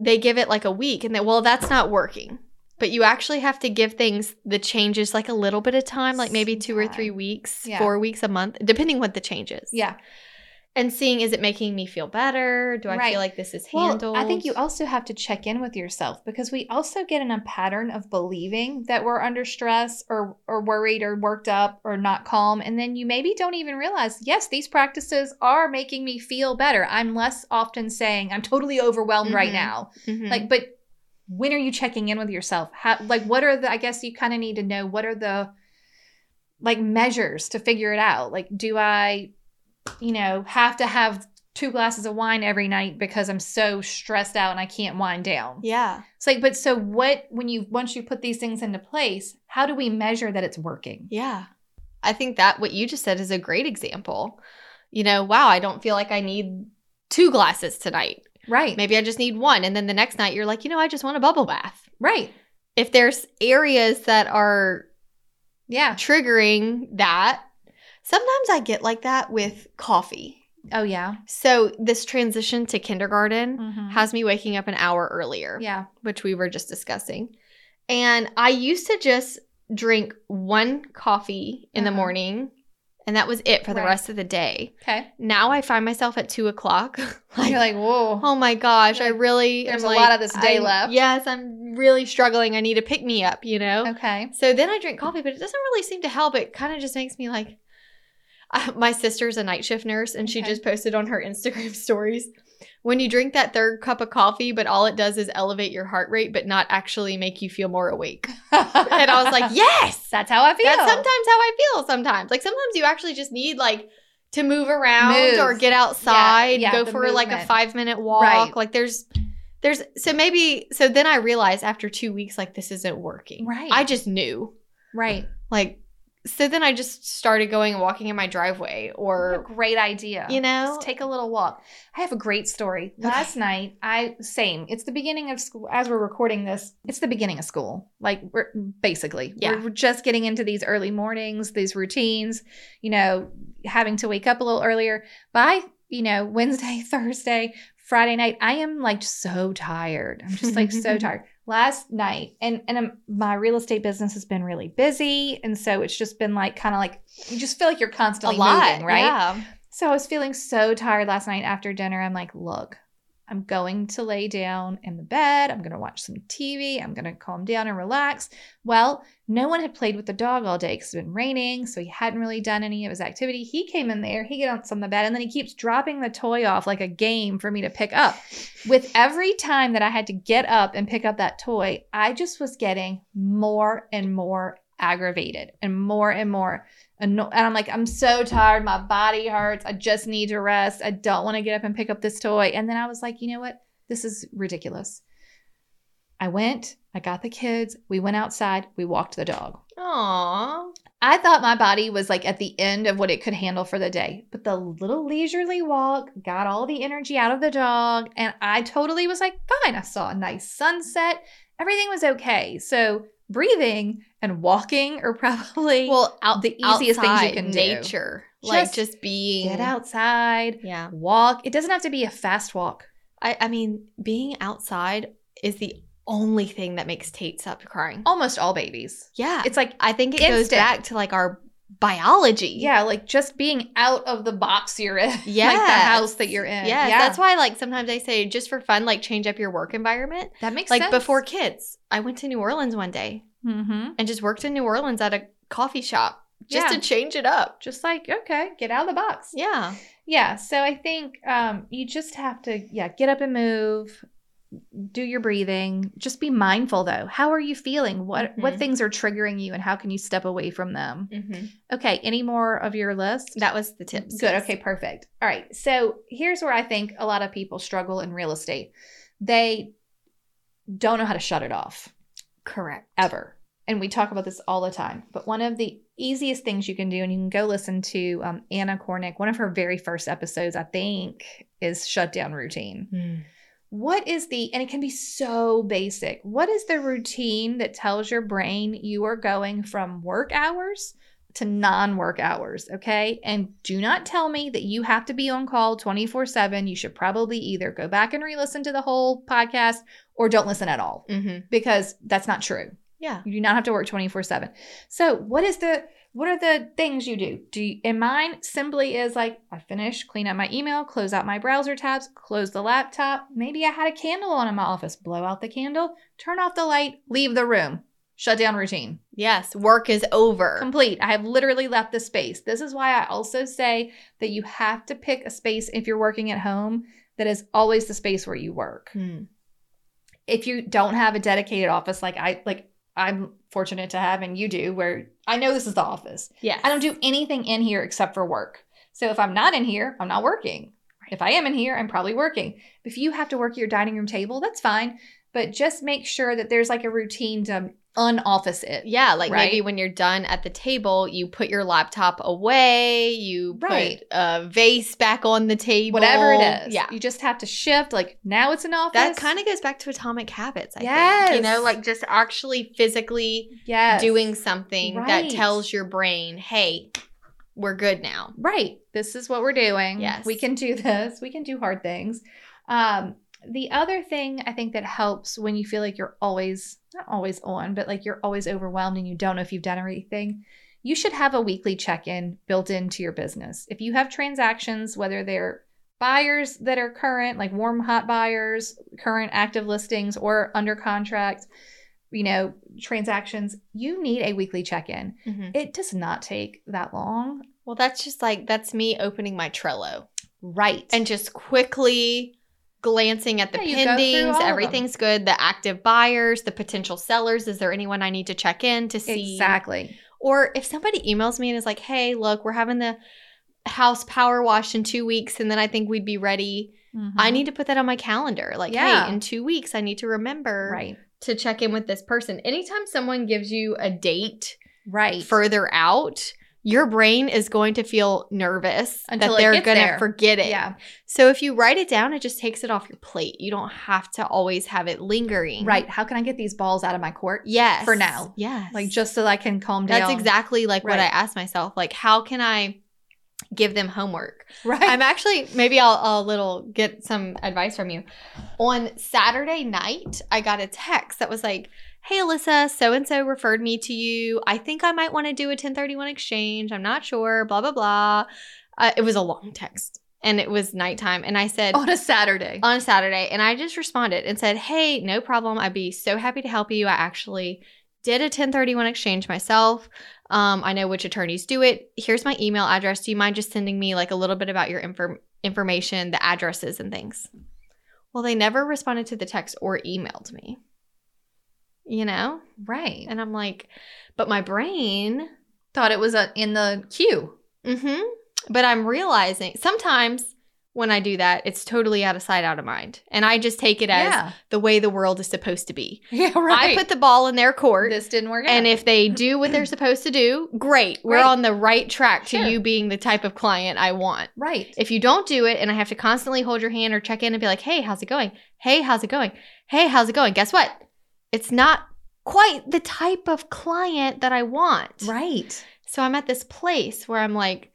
S2: they give it like a week and they well, that's not working. But you actually have to give things the changes like a little bit of time, like maybe two or
S3: Sometime.
S2: three weeks,
S3: Yeah.
S2: four weeks, a month, depending what the changes.
S3: Yeah.
S2: And seeing is it making me feel better? Do I
S3: Right.
S2: feel like this is
S3: Well,
S2: handled?
S3: I think you also have to check in with yourself because we also get in a pattern of believing that we're under stress or or worried or worked up or not calm and then you maybe don't even realize, yes, these practices are making me feel better. I'm less often saying I'm totally overwhelmed right
S2: Mhm.
S3: now.
S2: Mhm.
S3: Like but when are you checking in with yourself? How like what are the I guess you kind of need to know what are the like measures to figure it out? Like do I you know, have to have two glasses of wine every night because I'm so stressed out and I can't wind down.
S2: Yeah.
S3: It's like, but so what when you once you put these things into place, how do we measure that it's working?
S2: Yeah. I think that what you just said is a great example. You know, wow, I don't feel like I need two glasses tonight.
S3: Right.
S2: Maybe I just need one. And then the next night you're like, you know, I just want a bubble bath.
S3: Right.
S2: If there's areas that are
S3: Yeah.
S2: triggering that, sometimes I get like that with coffee.
S3: Oh yeah.
S2: So this transition to kindergarten
S3: Mhm.
S2: has me waking up an hour earlier,
S3: yeah.
S2: which we were just discussing. And I used to just drink one coffee in the
S3: Uh-huh.
S2: morning, and that was it for the
S3: Right.
S2: rest of the day.
S3: Okay.
S2: Now I find myself at two o'clock. like,
S3: You're like, whoa.
S2: Oh my gosh, I
S3: Like,
S2: really
S3: there's
S2: am
S3: a
S2: like,
S3: lot of this day
S2: I'm-
S3: left.
S2: Yes, I'm really struggling. I need a pick me up, you know?
S3: Okay.
S2: So then I drink coffee, but it doesn't really seem to help. It kind of just makes me like I, my sister's a night shift nurse and she
S3: Okay.
S2: just posted on her Instagram stories when you drink that third cup of coffee, but all it does is elevate your heart rate but not actually make you feel more awake. And I was like, "Yes,
S3: that's how I feel.
S2: that's sometimes how I feel sometimes. Like sometimes you actually just need like to move around
S3: Move.
S2: or get outside,
S3: yeah,
S2: go
S3: the
S2: for like a
S3: movement.
S2: 5 minute walk.
S3: Right.
S2: Like there's there's so maybe so then I realized after 2 weeks like this isn't working.
S3: Right.
S2: I just knew.
S3: right.
S2: Like so then I just started going and walking in my driveway
S3: What a
S2: or
S3: great idea.
S2: you know
S3: Just take a little walk. I have a great story.
S2: Okay.
S3: Last night, I same. It's the beginning of school. As we're recording this, it's the beginning of school. Like we're basically,
S2: Yeah.
S3: we're, we're just getting into these early mornings, these routines. You know, having to wake up a little earlier. By you know Wednesday, Thursday, Friday night, I am like so tired. I'm just like so tired. Last night, and and um my real estate business has been really busy, and so it's just been like kind of like you just feel like you're
S2: a
S3: constantly
S2: lot,
S3: moving, right?
S2: Yeah.
S3: So I was feeling so tired last night after dinner. I'm like, look, I'm going to lay down in the bed. I'm going to watch some TV. I'm going to calm down and relax. Well, no one had played with the dog all day because it's been raining. So he hadn't really done any of his activity. He came in there, he gets on the bed, and then he keeps dropping the toy off like a game for me to pick up. With every time that I had to get up and pick up that toy, I just was getting more and more aggravated and more and more anno- and I'm like, I'm so tired. My body hurts. I just need to rest. I don't want to get up and pick up this toy. And then I was like, you know what? This is ridiculous. I went, I got the kids, we went outside, we walked the dog.
S2: Aww.
S3: I thought my body was like at the end of what it could handle for the day, but the little leisurely walk got all the energy out of the dog, and I totally was like, fine. I saw a nice sunset, everything was okay. So, breathing and walking are probably
S2: Well, out
S3: the easiest things you
S2: outside
S3: can do.
S2: nature, like
S3: Just
S2: just being
S3: get outside,
S2: Yeah,
S3: walk. It doesn't have to be a fast walk.
S2: I, I mean, being outside is the only thing that makes Tate stop crying.
S3: Almost all babies.
S2: Yeah,
S3: Oh, It's like,
S2: I think it goes
S3: instant.
S2: back to like our biology.
S3: yeah, like just being out of the box you're in,
S2: yeah,
S3: like the house that you're in.
S2: Yes,
S3: yeah,
S2: that's why like sometimes I say just for fun, like change up your work environment.
S3: that makes
S2: like
S3: sense.
S2: before kids, I went to New Orleans one day
S3: mm-hmm.
S2: and just worked in New Orleans at a coffee shop just
S3: Yeah.
S2: to change it up.
S3: just like okay, get out of the box.
S2: Yeah,
S3: Yeah, so I think um, you just have to, yeah, get up and move, do your breathing. Just be mindful though. How are you feeling? What what
S2: Mhm.
S3: things are triggering you, and how can you step away from them?
S2: mm-hmm.
S3: Okay, any more of your list?
S2: that was the tips.
S3: Good. Okay, perfect. All right. So here's where I think a lot of people struggle in real estate. They don't know how to shut it off
S2: correct.
S3: ever. And we talk about this all the time. But one of the easiest things you can do, and you can go listen to um, Anna Cornick, one of her very first episodes, I think, is Shutdown Routine.
S2: Hmm.
S3: What is the, and it can be so basic, what is the routine that tells your brain you are going from work hours to non work hours? Okay. And do not tell me that you have to be on call 24 7. You should probably either go back and re listen to the whole podcast or don't listen at all
S2: Mm-hmm.
S3: because that's not true.
S2: Yeah.
S3: You do not have to work 24 7. So, what is the what are the things you do? Do you, and mine simply is like I finish, clean up my email, close out my browser tabs, close the laptop. Maybe I had a candle on in my office, blow out the candle, turn off the light, leave the room. Shut down routine.
S2: Yes, work is over.
S3: Complete. I have literally left the space. This is why I also say that you have to pick a space if you're working at home that is always the space where you work
S2: Hmm.
S3: if you don't have a dedicated office like I like I'm fortunate to have and you do where I know this is the office.
S2: Yes.
S3: I don't do anything in here except for work. So if I'm not in here, I'm not working. If I am in here, I'm probably working. If you have to work at your dining room table, that's fine, but just make sure that there's like a routine to unoffice it.
S2: Yeah, like maybe
S3: Right?
S2: when you're done at the table, you put your laptop away, you
S3: Right.
S2: put a vase back on the table.
S3: Whatever it is.
S2: Yeah.
S3: You just have to shift like now it's an office.
S2: That kind of goes back to atomic habits, I think. You
S3: Yes.
S2: know, like just actually physically
S3: yes.
S2: doing something that
S3: Right.
S2: tells your brain, hey, we're good now.
S3: Right. This is what we're doing.
S2: Yes.
S3: We can do this. We can do hard things. Um, the other thing I think that helps when you feel like you're always, not always on, but like you're always overwhelmed and you don't know if you've done everything, you should have a weekly check in built into your business. If you have transactions, whether they're buyers that are current, like warm, hot buyers, current active listings, or under contract, you know, transactions, you need a weekly check in. It does not take that long.
S2: Well, that's just like, that's me opening my Trello
S3: Right.
S2: and just quickly glancing at the
S3: Yeah, you go through all
S2: pendings.
S3: of them.
S2: Everything's good. The active buyers, the potential sellers. Is there anyone I need to check in to see?
S3: Exactly.
S2: Or if somebody emails me and is like, hey, look, we're having the house power wash in two weeks, and then I think we'd be ready. I need to put that on my calendar. Like,
S3: Mm-hmm. Yeah.
S2: hey, in two weeks, I need to remember
S3: right,
S2: to check in with this person. Anytime someone gives you a date
S3: right.
S2: further out, your brain is going to feel nervous
S3: Until
S2: that
S3: it
S2: they're
S3: gets
S2: going to
S3: there.
S2: forget it.
S3: yeah,
S2: So if you write it down, it just takes it off your plate. You don't have to always have it lingering.
S3: right. How can I get these balls out of my court?
S2: Yes.
S3: For now.
S2: Yes.
S3: Like just so that I can calm down.
S2: That's exactly like what
S3: Right.
S2: I asked myself. Like, how can I give them homework?
S3: right.
S2: I'm actually maybe I'll, I'll little get some advice from you. On Saturday night, I got a text that was like, "Hey Alyssa, so and so referred me to you. I think I might want to do a 1031 exchange. I'm not sure. Blah blah blah." Uh, it was a long text, and it was nighttime. And I said,
S3: on a Saturday.
S2: on Saturday and I just responded and said, "Hey, no problem. I'd be so happy to help you. I actually did a 1031 exchange myself. Um, I know which attorneys do it. Here's my email address. Do you mind just sending me like a little bit about your inform- information, the addresses and things?" Well, they never responded to the text or emailed me. You know?
S3: right.
S2: And I'm like, but my brain
S3: Thought it was uh in the queue.
S2: Mm-hmm. But I'm realizing sometimes when I do that, it's totally out of sight, out of mind. And I just take it as
S3: Yeah.
S2: the way the world is supposed to be.
S3: Yeah, right.
S2: I put the ball in their court.
S3: this didn't work
S2: and
S3: out.
S2: if they do what they're supposed to do, great. We're
S3: Great.
S2: on the right track to
S3: Sure.
S2: you being the type of client I want.
S3: right.
S2: If you don't do it and I have to constantly hold your hand or check in and be like, hey, how's it going? Hey, how's it going? Hey, how's it going? Guess what? It's not quite the type of client that I want.
S3: right.
S2: So I'm at this place where I'm like,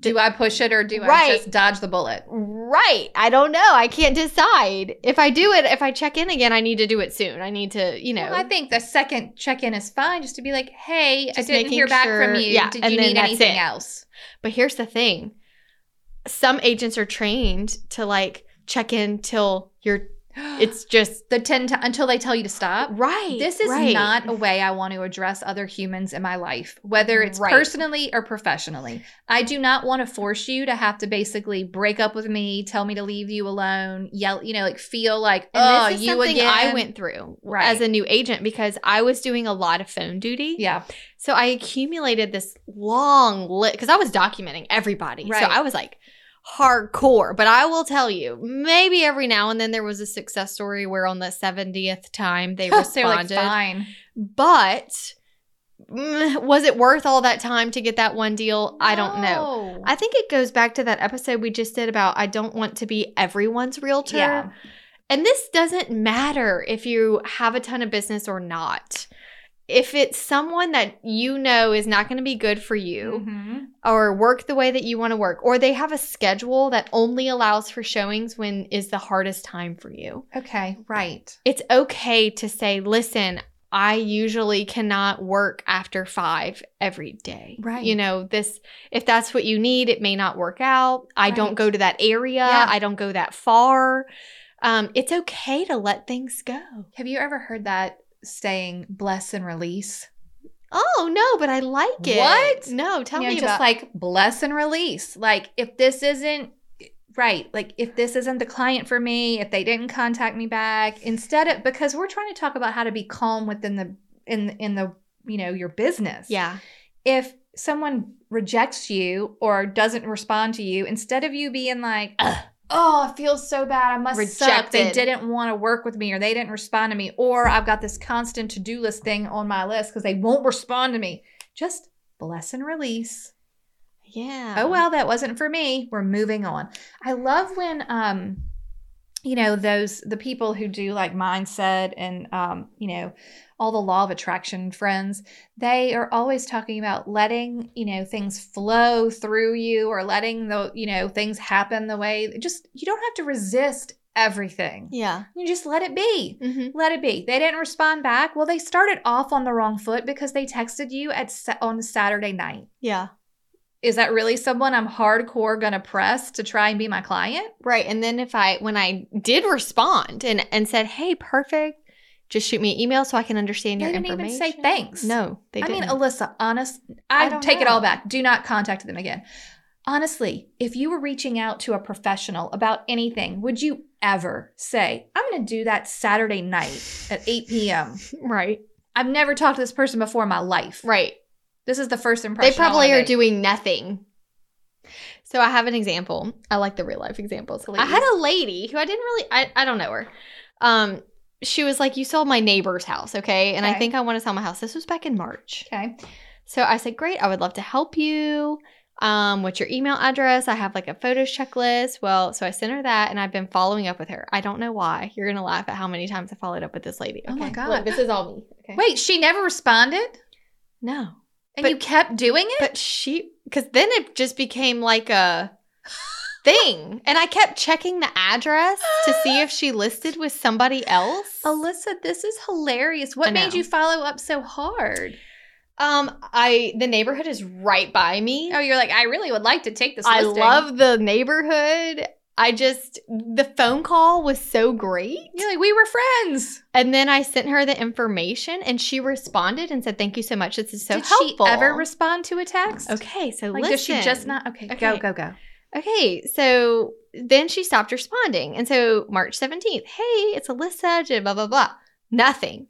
S3: Do I push it or do I
S2: Right.
S3: just dodge the bullet?
S2: Right. I don't know. I can't decide. If I do it, if I check in again, I need to do it soon. I need to, you know.
S3: Well, I think the second check in is fine just to be like, hey, I
S2: Just
S3: didn't
S2: making
S3: hear back
S2: sure-
S3: from you.
S2: yeah,
S3: Did
S2: and
S3: you
S2: then
S3: need
S2: that's
S3: anything
S2: it.
S3: else?
S2: but here's the thing some agents are trained to like check in till you're, it's just
S3: the 10 t- until they tell you to stop.
S2: right.
S3: This is
S2: right.
S3: not a way I want to address other humans in my life, whether it's
S2: Right.
S3: personally or professionally. I do not want to force you to have to basically break up with me, tell me to leave you alone, yell, you know, like feel like,
S2: And
S3: oh,
S2: this is
S3: you
S2: something
S3: again.
S2: I went through
S3: Right.
S2: as a new agent because I was doing a lot of phone duty.
S3: Yeah.
S2: So I accumulated this long list because I was documenting everybody.
S3: Right.
S2: So I was like hardcore. But I will tell you, maybe every now and then there was a success story where on the 70th time they
S3: They're like,
S2: responded.
S3: fine.
S2: but mm, was it worth all that time to get that one deal? I don't know.
S3: No.
S2: I think it goes back to that episode we just did about I don't want to be everyone's realtor.
S3: yeah.
S2: And this doesn't matter if you have a ton of business or not. If it's someone that you know is not going to be good for you
S3: Mhm.
S2: or work the way that you want to work, or they have a schedule that only allows for showings when is the hardest time for you,
S3: Okay. Right.
S2: it's okay to say, listen, I usually cannot work after five every day.
S3: Right.
S2: You know, this, if that's what you need, it may not work out. I
S3: Right.
S2: don't go to that area.
S3: Yeah.
S2: I don't go that far. Um, it's okay to let things go.
S3: Have you ever heard that saying, bless and release?
S2: Oh, no, but I like it.
S3: What?
S2: No, tell
S3: you know,
S2: me
S3: just
S2: about
S3: like bless and release. Like if this isn't right, like if this isn't the client for me, if they didn't contact me back, instead of because we're trying to talk about how to be calm within the in in the you know your business.
S2: Yeah.
S3: If someone rejects you or doesn't respond to you, instead of you being like. "Ugh, Oh, I feel so bad. I must suck. They
S2: Rejected.
S3: didn't want to work with me, or they didn't respond to me, or I've got this constant to do list thing on my list because they won't respond to me. Just bless and release
S2: Yeah.
S3: oh well that wasn't for me we're moving on i love when um you know those the people who do like mindset and um you know all the law of attraction friends they are always talking about letting you know things flow through you or letting the you know things happen the way just you don't have to resist everything
S2: Yeah.
S3: you just let it be
S2: Mm-hmm.
S3: let it be. They didn't respond back. Well, they started off on the wrong foot because they texted you at sa- on Saturday night
S2: Yeah.
S3: is that really someone I'm hardcore gonna press to try and be my client?
S2: Right. And then if I, when I did respond and, and said, hey, perfect, just shoot me an email so I can understand
S3: They
S2: your
S3: didn't even
S2: information.
S3: say thanks.
S2: No, they
S3: I
S2: didn't.
S3: mean, Alyssa, honest,
S2: I
S3: I,
S2: don't
S3: take it
S2: know.
S3: all back. Do not contact them again. Honestly, if you were reaching out to a professional about anything, would you ever say, I'm gonna do that Saturday night at 8 p.m.?
S2: right.
S3: I've never talked to this person before in my life.
S2: Right.
S3: This is the first impression.
S2: They
S3: I
S2: probably
S3: wanna
S2: are
S3: make.
S2: doing nothing. So I have an example. I like the real life examples. I had a lady who I didn't really I, I don't know her. Um she was like, You sold my neighbor's house, okay? And
S3: Okay.
S2: I think I want to sell my house. This was back in March.
S3: Okay.
S2: So I said, Great, I would love to help you. Um, what's your email address? I have like a photos checklist. Well, so I sent her that and I've been following up with her. I don't know why. You're gonna laugh at how many times I followed up with this lady.
S3: Oh my
S2: Okay,
S3: God.
S2: Look, this is all me. Okay.
S3: Wait, she never responded?
S2: No.
S3: And
S2: But-
S3: you kept doing it?
S2: But she, because then it just became like a thing. And I kept checking the address to see if she listed with somebody else.
S3: Alyssa, this is hilarious. What
S2: I
S3: made
S2: know.
S3: you follow up so hard?
S2: Um, I the neighborhood is right by me.
S3: Oh, you're like, I really would like to take this.
S2: I
S3: listing.
S2: love the neighborhood. I just the phone call was so great.
S3: You're like, we were friends.
S2: And then I sent her the information and she responded and said, Thank you so much. This is so
S3: Did
S2: helpful.
S3: she ever respond to a text?
S2: Okay, so
S3: Like,
S2: listen.
S3: does she just not? Okay, go,
S2: Okay.
S3: go, go.
S2: Okay, so then she stopped responding. And so March 17th, hey, it's Alyssa, j- blah, blah, blah. Nothing.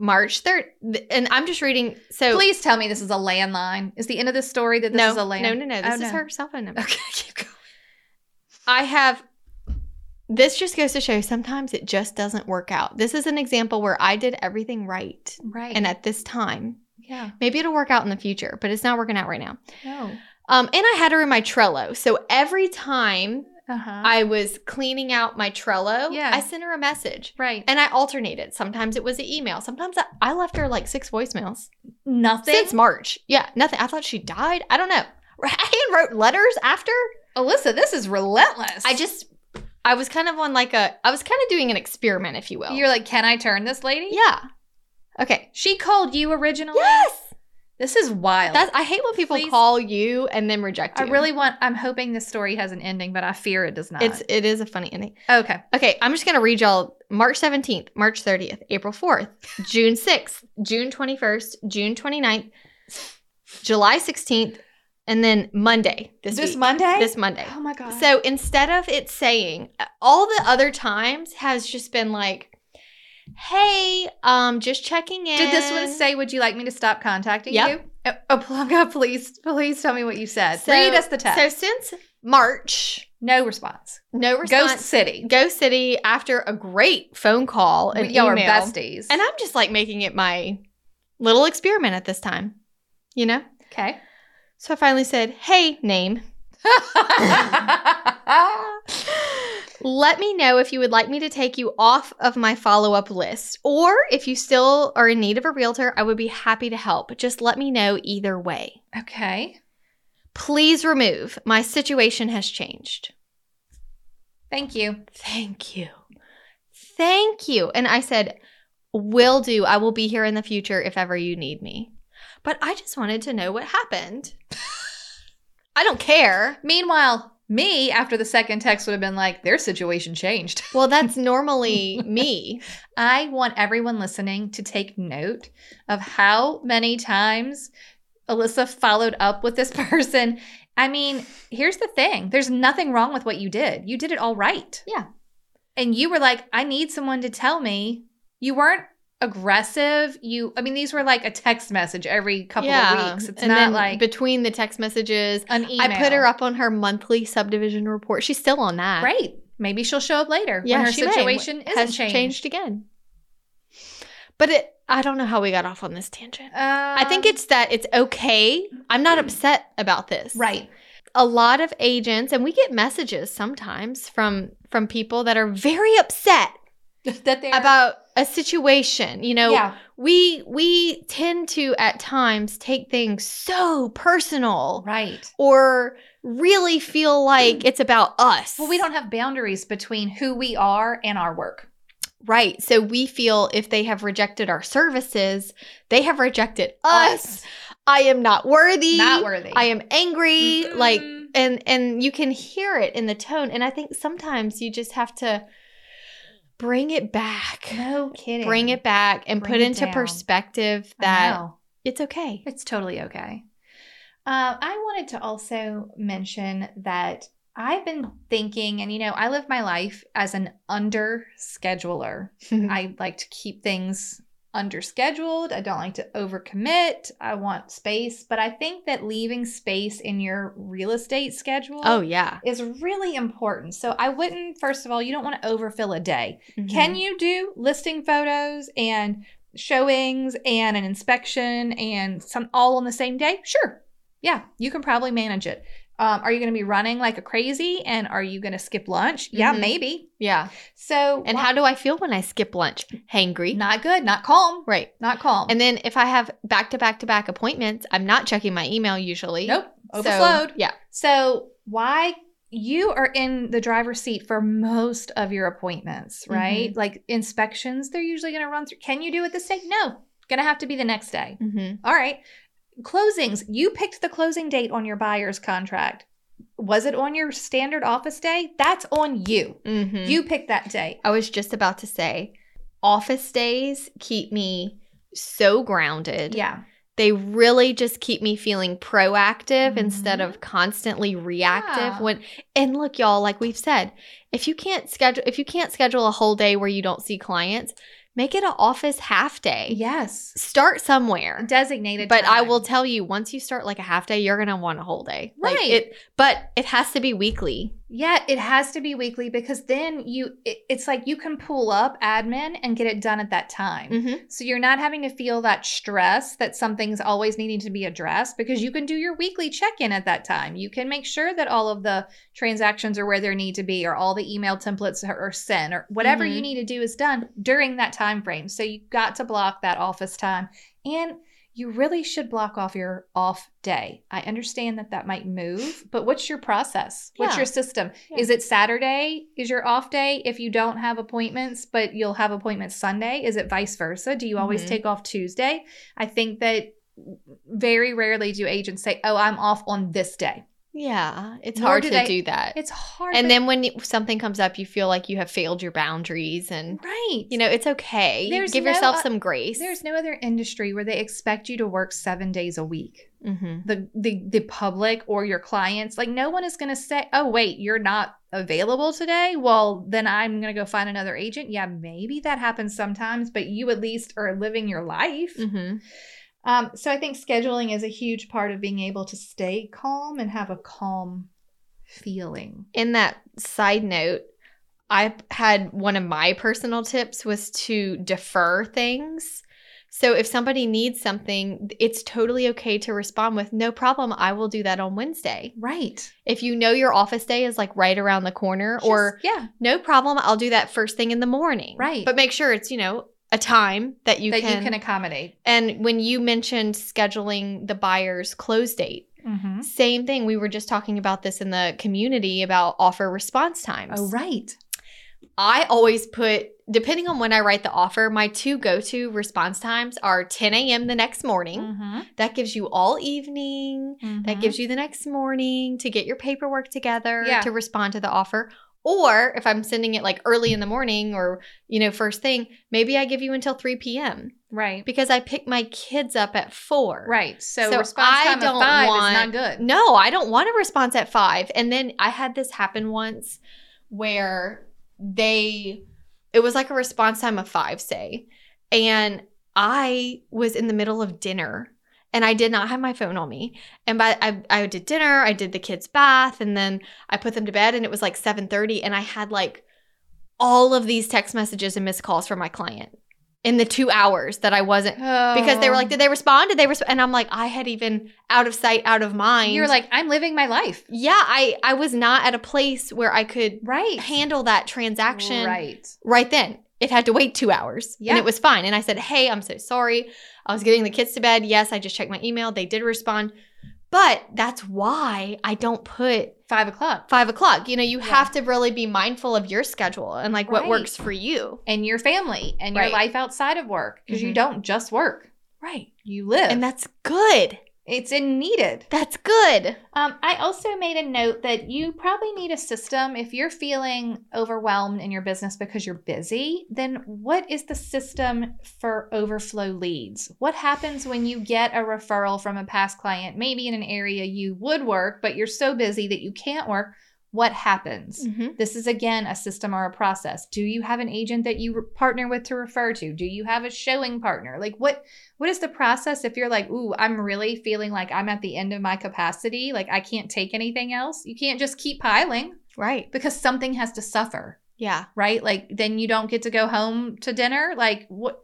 S2: March 3rd, and I'm just reading. So
S3: Please tell me this is a landline. Is the end of the story that this
S2: no,
S3: is a land?
S2: no, no, no. This
S3: Oh,
S2: is
S3: no.
S2: her cell phone number.
S3: Okay, keep going.
S2: I have. This just goes to show sometimes it just doesn't work out. This is an example where I did everything right.
S3: Right.
S2: And at this time,
S3: yeah.
S2: maybe it'll work out in the future, but it's not working out right now.
S3: No.
S2: Um, and I had her in my Trello. So every time
S3: Uh huh.
S2: I was cleaning out my Trello,
S3: Yeah.
S2: I sent her a message.
S3: Right.
S2: And I alternated. Sometimes it was an email. Sometimes I, I left her like six voicemails
S3: Nothing.
S2: since March. Yeah, nothing. I thought she died. I don't know. I wrote letters after.
S3: Alyssa, this is relentless.
S2: I just, I was kind of on like a, I was kind of doing an experiment, if you will.
S3: You're like, can I turn this lady?
S2: yeah. Okay.
S3: She called you originally.
S2: Yes.
S3: This is wild.
S2: That's. I hate when people
S3: Please.
S2: call you and then reject
S3: I
S2: you.
S3: really want. I'm hoping this story has an ending, but I fear it does not.
S2: It's. It is a funny ending.
S3: okay.
S2: Okay, I'm just gonna read y'all March 17th, March 30th, April 4th, June 6th, June 21st, June 29th, July 16th, and then Monday this, week.
S4: Monday?
S2: This Monday.
S4: oh my god.
S2: So instead of it saying all the other times has just been like, hey, um, just checking in.
S3: Did this one say, "Would you like me to stop contacting
S2: Yep.
S3: you"? Oh, oh God, please, please tell me what you said.
S2: So-
S3: Read us the text.
S2: So since March,
S3: no response.
S2: no response.
S3: Ghost City.
S2: Ghost City after a great phone call and
S3: Y'all are
S2: email.
S3: besties.
S2: And I'm just like making it my little experiment at this time, you know?
S3: okay.
S2: So I finally said, Hey, name, let me know if you would like me to take you off of my follow up list. Or if you still are in need of a realtor, I would be happy to help. Just let me know either way.
S3: okay.
S2: Please remove. My situation has changed.
S3: Thank you.
S2: Thank you. Thank you. And I said, Will do. I will be here in the future if ever you need me. But I just wanted to know what happened. I don't care.
S3: Meanwhile, me after the second text would have been like, "Their situation changed."
S2: Well, that's normally me.
S3: I want everyone listening to take note of how many times Alyssa followed up with this person. I mean, here's the thing there's nothing wrong with what you did. You did it all right.
S2: Yeah.
S3: And you were like, I need someone to tell me. You weren't aggressive. You, I mean, these were like a text message every couple of weeks. It's
S2: and
S3: not
S2: then
S3: like
S2: between the text messages,
S3: an email.
S2: I put her up on her monthly subdivision report. She's still on that.
S3: Great. Maybe she'll show up later
S2: Yeah,
S3: when her
S2: she may.
S3: situation isn't
S2: Has
S3: changed.
S2: changed. again. But it, I don't know how we got off on this tangent. I think
S3: Um,
S2: it's that it's okay. I'm not upset about this.
S3: right.
S2: a lot of agents and we get messages sometimes from from people that are very upset
S3: that they're
S2: about a situation you know
S3: yeah.
S2: we we tend to at times take things so personal
S3: Right.
S2: or really feel like it's about us
S3: Well, we don't have boundaries between who we are and our work.
S2: right so we feel if they have rejected our services they have rejected us, i am not worthy
S3: Not worthy.
S2: i am angry like
S3: Mhm.
S2: and and you can hear it in the tone and i think sometimes you just have to bring it back
S3: no kidding.
S2: bring it back and
S3: Bring
S2: put
S3: it
S2: into
S3: down.
S2: perspective
S3: I
S2: that
S3: know.
S2: it's okay
S3: it's totally okay. Uh, I wanted to also mention that I've been thinking, and you know, I live my life as an under scheduler. I like to keep things under scheduled. I don't like to overcommit. I want space, but I think that leaving space in your real estate schedule
S2: oh yeah
S3: is really important. So I wouldn't, first of all, you don't want to overfill a day.
S2: Mm-hmm.
S3: Can you do listing photos and showings and an inspection and some all on the same day? Sure. Yeah, you can probably manage it. Um, are you going to be running like a crazy and are you going to skip lunch? Yeah,
S2: Mhm.
S3: maybe.
S2: yeah
S3: So,
S2: and
S3: why-
S2: how do i feel when i skip lunch hangry
S3: not good, not calm,
S2: right
S3: not calm.
S2: and then if i have back to back to back appointments i'm not checking my email usually
S3: nope,
S2: So,
S3: overflowed.
S2: yeah
S3: So, why you are in the driver's seat for most of your appointments,
S2: Mm-hmm.
S3: right? Like inspections, they're usually going to run through. Can you do it this day? No, going to have to be the next day.
S2: mm-hmm.
S3: All right. closings. You picked the closing date on your buyer's contract. Was it on your standard office day? That's on you.
S2: Mm-hmm.
S3: You picked that date.
S2: I was just about to say, office days keep me so grounded.
S3: Yeah.
S2: They really just keep me feeling proactive
S3: Mhm.
S2: instead of constantly reactive
S3: Yeah.
S2: when and look y'all like we've said, if you can't schedule if you can't schedule a whole day where you don't see clients, make it an office half day.
S3: Yes.
S2: Start somewhere.
S3: Designated.
S2: But I
S3: time.
S2: will tell you, once you start like a half day, you're gonna want a whole day. Like,
S3: Right.
S2: it, but it has to be weekly.
S3: Yeah, it has to be weekly because then you it, it's like you can pull up admin and get it done at that time.
S2: Mm-hmm.
S3: So you're not having to feel that stress that something's always needing to be addressed because you can do your weekly check-in at that time. You can make sure that all of the transactions are where they need to be or all the email templates are, are sent or whatever you
S2: Mhm.
S3: need to do is done during that time frame. So you got to block that office time and you really should block off your off day. I understand that that might move, but what's your process? What's
S2: Yeah.
S3: your system?
S2: Yeah.
S3: Is it Saturday? Is your off day if you don't have appointments, but you'll have appointments Sunday? Is it vice versa? Do you always
S2: Mhm.
S3: take off Tuesday? I think that very rarely do agents say, "Oh, I'm off on this day."
S2: Yeah, it's
S3: Nor
S2: hard
S3: do
S2: to
S3: they-
S2: do that.
S3: It's hard.
S2: and
S3: but-
S2: then when you- something comes up, you feel like you have failed your boundaries, and
S3: right,
S2: you know it's okay.
S3: There's
S2: Give
S3: no
S2: yourself
S3: o-
S2: some grace.
S3: there's no other industry where they expect you to work seven days a week.
S2: Mhm.
S3: the the the public or your clients like no one is going to say oh wait you're not available today well then i'm going to go find another agent yeah maybe that happens sometimes but you at least are living your life
S2: Mhm.
S3: um, so i think scheduling is a huge part of being able to stay calm and have a calm feeling
S2: In that side note, I had one of my personal tips was to defer things. So if somebody needs something, it's totally okay to respond with no problem. I will do that on Wednesday.
S3: right
S2: if you know your office day is like right around the corner or
S3: Just- yeah
S2: no problem i'll do that first thing in the morning
S3: Right.
S2: but make sure it's you know a time that you
S3: that
S2: can,
S3: you can accommodate
S2: and when you mentioned scheduling the buyer's close date
S3: mm-hmm.
S2: same thing we were just talking about this in the community about offer response times
S3: oh right
S2: i always put depending on when i write the offer my two go-to response times are 10 a.m the next morning
S3: Mm. Mm-hmm.
S2: that gives you all evening that gives you the next morning to get your paperwork together
S3: Yeah.
S2: to respond to the offer or if i'm sending it like early in the morning or you know first thing maybe i give you until 3 p.m
S3: right
S2: because i pick my kids up at 4
S3: right so,
S2: So
S3: response
S2: I
S3: time
S2: don't
S3: of five
S2: want-
S3: is not good
S2: no i don't want a response at 5 and then i had this happen once where they it was like a response time of 5 say and i was in the middle of dinner and I did not have my phone on me. And by I, I did dinner, I did the kids' bath, and then I put them to bed, and it was like 7:30, and I had like all of these text messages and missed calls from my client in the two hours that I wasn't because they were
S3: Oh.
S2: like, did they respond? Did they respond? And I'm like, I had even out of sight, out of mind.
S3: you're like i'm living my life
S2: yeah, I I was not at a place where I could
S3: right
S2: handle that transaction
S3: right
S2: right then. It had to wait two hours.
S3: Yeah.
S2: And it was fine. And I said, Hey, I'm so sorry. I was getting the kids to bed. Yes, I just checked my email. They did respond. But that's why I don't put
S3: five o'clock
S2: five o'clock. You know, you
S3: Yeah.
S2: have to really be mindful of your schedule and like what
S3: Right.
S2: works for you.
S3: and your family and your
S2: Right.
S3: life outside of work because you
S2: Mhm.
S3: don't just work
S2: Right.
S3: you live
S2: And that's good.
S3: it's in needed
S2: That's good.
S3: um, i also made a note that you probably need a system if you're feeling overwhelmed in your business because you're busy then what is the system for overflow leads what happens when you get a referral from a past client maybe in an area you would work but you're so busy that you can't work what happens This is again a system or a process. Do you have an agent that you re- partner with to refer to? Do you have a showing partner? Like what what is the process if you're like, "Ooh, I'm really feeling like I'm at the end of my capacity, like I can't take anything else." You can't just keep piling
S2: Right.
S3: because something has to suffer,
S2: Yeah.
S3: right? Like then you don't get to go home to dinner. Like what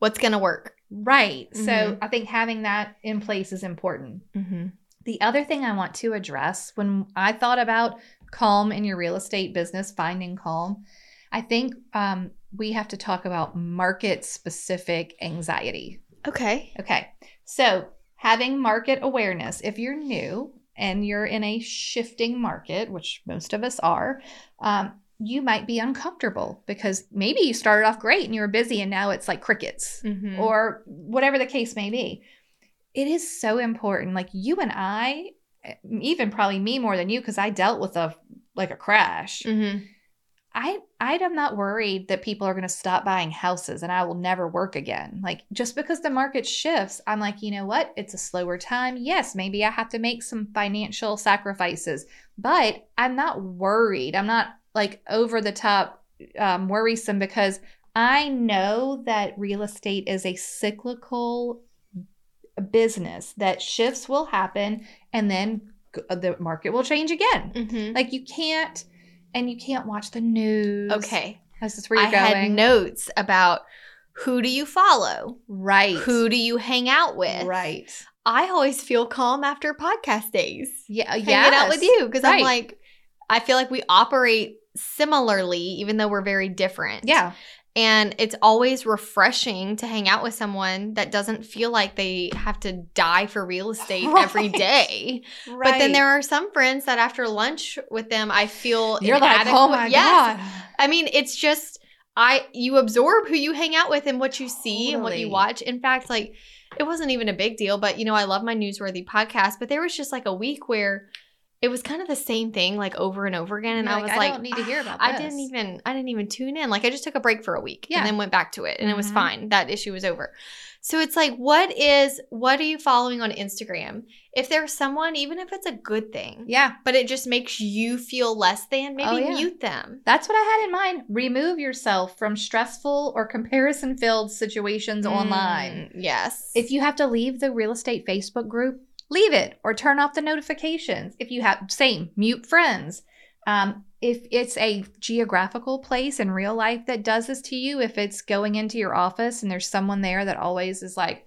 S2: What's going to work?
S3: right. So
S2: Mhm.
S3: I think having that in place is important.
S2: Mm-hmm.
S3: The other thing I want to address when I thought about calm in your real estate business, finding calm, I think um, we have to talk about market specific anxiety.
S2: Okay.
S3: Okay. So, having market awareness, if you're new and you're in a shifting market, which most of us are, um, you might be uncomfortable because maybe you started off great and you were busy and now it's like crickets
S2: Mm-hmm.
S3: or whatever the case may be. it is so important. Like you and I, eh, even probably me more than you, because I dealt with a like a crash.
S2: Mm-hmm.
S3: I I am not worried that people are going to stop buying houses and I will never work again. Like just because the market shifts, I'm like, you know what? It's a slower time. Yes, maybe I have to make some financial sacrifices, but I'm not worried. I'm not like over the top um, worrisome because I know that real estate is a cyclical business that shifts will happen and then g- the market will change again.
S2: Mm-hmm.
S3: Like you can't, and you can't watch the news.
S2: Okay.
S3: this is where you're
S2: I had
S3: going.
S2: notes about who do you follow?
S3: right,
S2: Who do you hang out with?
S3: right?
S2: I always feel calm after podcast days.
S3: Yeah,
S2: Hanging
S3: yeah.
S2: out with you because I'm
S3: Right.
S2: like, I feel like we operate similarly, even though we're very different.
S3: Yeah,
S2: And it's always refreshing to hang out with someone that doesn't feel like they have to die for real estate every
S3: Right.
S2: day.
S3: right.
S2: But then there are some friends that after lunch with them, I feel
S3: you're like, oh my
S2: inadequate. Yes.
S3: god.
S2: I mean, it's just I you absorb who you hang out with and what you see and what you
S3: Totally.
S2: watch. In fact, like it wasn't even a big deal, but you know, I love my newsworthy podcast, but there was just like a week where it was kind of the same thing like over and over again and
S3: You're
S2: I
S3: like,
S2: was
S3: I
S2: like
S3: don't need to hear about
S2: I didn't
S3: this."
S2: even I didn't even tune in. Like I just took a break for a week
S3: Yeah.
S2: and then went back to it and it was
S3: Mhm.
S2: fine. That issue was over. So it's like what is what are you following on Instagram? If there's someone even if it's a good thing,
S3: Yeah,
S2: but it just makes you feel less than, maybe
S3: Oh, yeah.
S2: mute them.
S3: that's what I had in mind. Remove yourself from stressful or comparison-filled situations online.
S2: Mm, yes.
S3: If you have to leave the real estate Facebook group, leave it or turn off the notifications. If you have, same, mute friends. Um, if it's a geographical place in real life that does this to you, if it's going into your office and there's someone there that always is like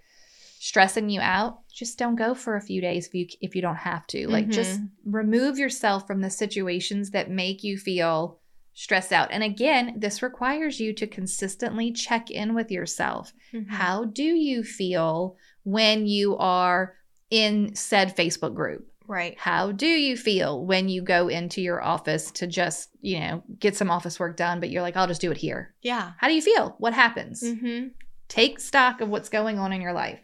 S3: stressing you out, just don't go for a few days if you if you don't have to. Like just remove yourself from the situations that make you feel stressed out. And again, this requires you to consistently check in with yourself.
S2: Mm-hmm.
S3: How do you feel when you are in said Facebook group?
S2: right.
S3: How do you feel when you go into your office to just, you know, get some office work done, but you're like, I'll just do it here?
S2: Yeah.
S3: How do you feel? What happens?
S2: Mm-hmm.
S3: Take stock of what's going on in your life.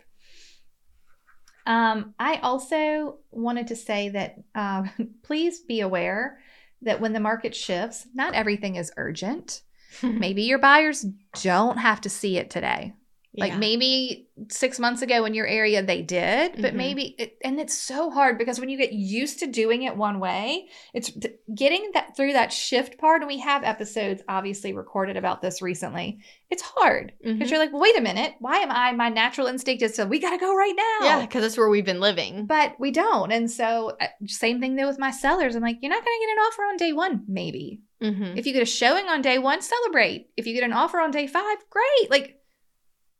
S3: Um, I also wanted to say that um, please be aware that when the market shifts, not everything is urgent. Maybe your buyers don't have to see it today. Like maybe six months ago in your area they did, but
S2: Mhm.
S3: maybe, it, and it's so hard because when you get used to doing it one way, it's th- getting that through that shift part. And we have episodes obviously recorded about this recently. It's hard
S2: Mm-hmm.
S3: because you're like, well, wait a minute, why am I? My natural instinct is to we got to go right now.
S2: Yeah, because that's where we've been living.
S3: But we don't. And so, uh, same thing though with my sellers. I'm like, you're not going to get an offer on day one, maybe.
S2: Mm-hmm.
S3: If you get a showing on day one, celebrate. If you get an offer on day five, great. Like,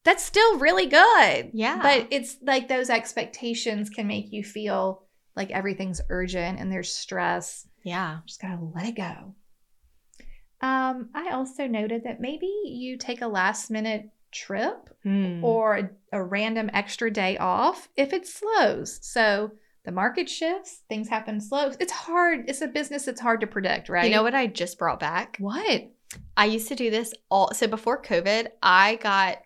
S3: that's still really good.
S2: Yeah.
S3: But it's like those expectations can make you feel like everything's urgent and there's stress.
S2: yeah.
S3: Just gotta let it go. Um, I also noted that maybe you take a last minute trip
S2: Or
S3: or a, a random extra day off if it slows. So the market shifts, things happen slow. It's hard. It's a business that's hard to predict, right?
S2: you know what I just brought back?
S3: What?
S2: I used to do this all. So before COVID, I got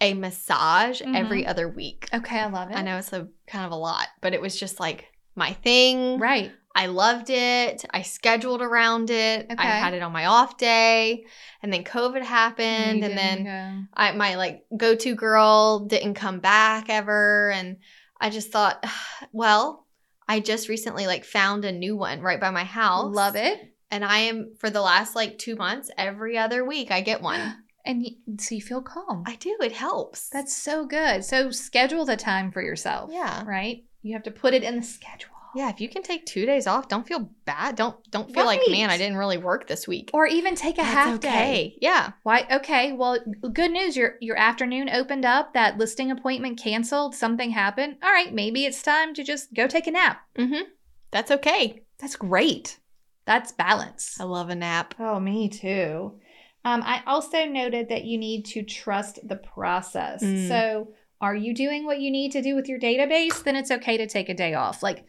S2: a massage every other week.
S3: Okay, Mm-hmm. I love it.
S2: I know it's a kind of a lot, but it was just like my thing.
S3: Right.
S2: I loved it. I scheduled around it.
S3: Okay.
S2: I had it on my off day, and then COVID happened,
S3: You
S2: and then
S3: didn't go.
S2: I my like go-to girl didn't come back ever and I just thought well I just recently like found a new one right by my house.
S3: love it.
S2: And I am for the last like 2 months every other week I get one.
S3: And you, so you feel calm.
S2: I do it helps.
S3: That's so good. So schedule the time for yourself.
S2: Yeah.
S3: Right? You have to put it in the schedule.
S2: Yeah, if you can take 2 days off, don't feel bad. Don't don't feel like
S3: Right.
S2: man I didn't really work this week.
S3: Or even take a
S2: That's
S3: half day.
S2: okay. Yeah.
S3: Why? Okay. Well, good news. Your your afternoon opened up. That listing appointment canceled. Something happened. All right. Maybe it's time to just go take a nap.
S2: Mhm. That's okay.
S3: That's great. That's balance.
S2: I love a nap.
S3: Oh, me too. Um, I also noted that you need to trust the process.
S2: Mm.
S3: So, are you doing what you need to do with your database? Then it's okay to take a day off. Like,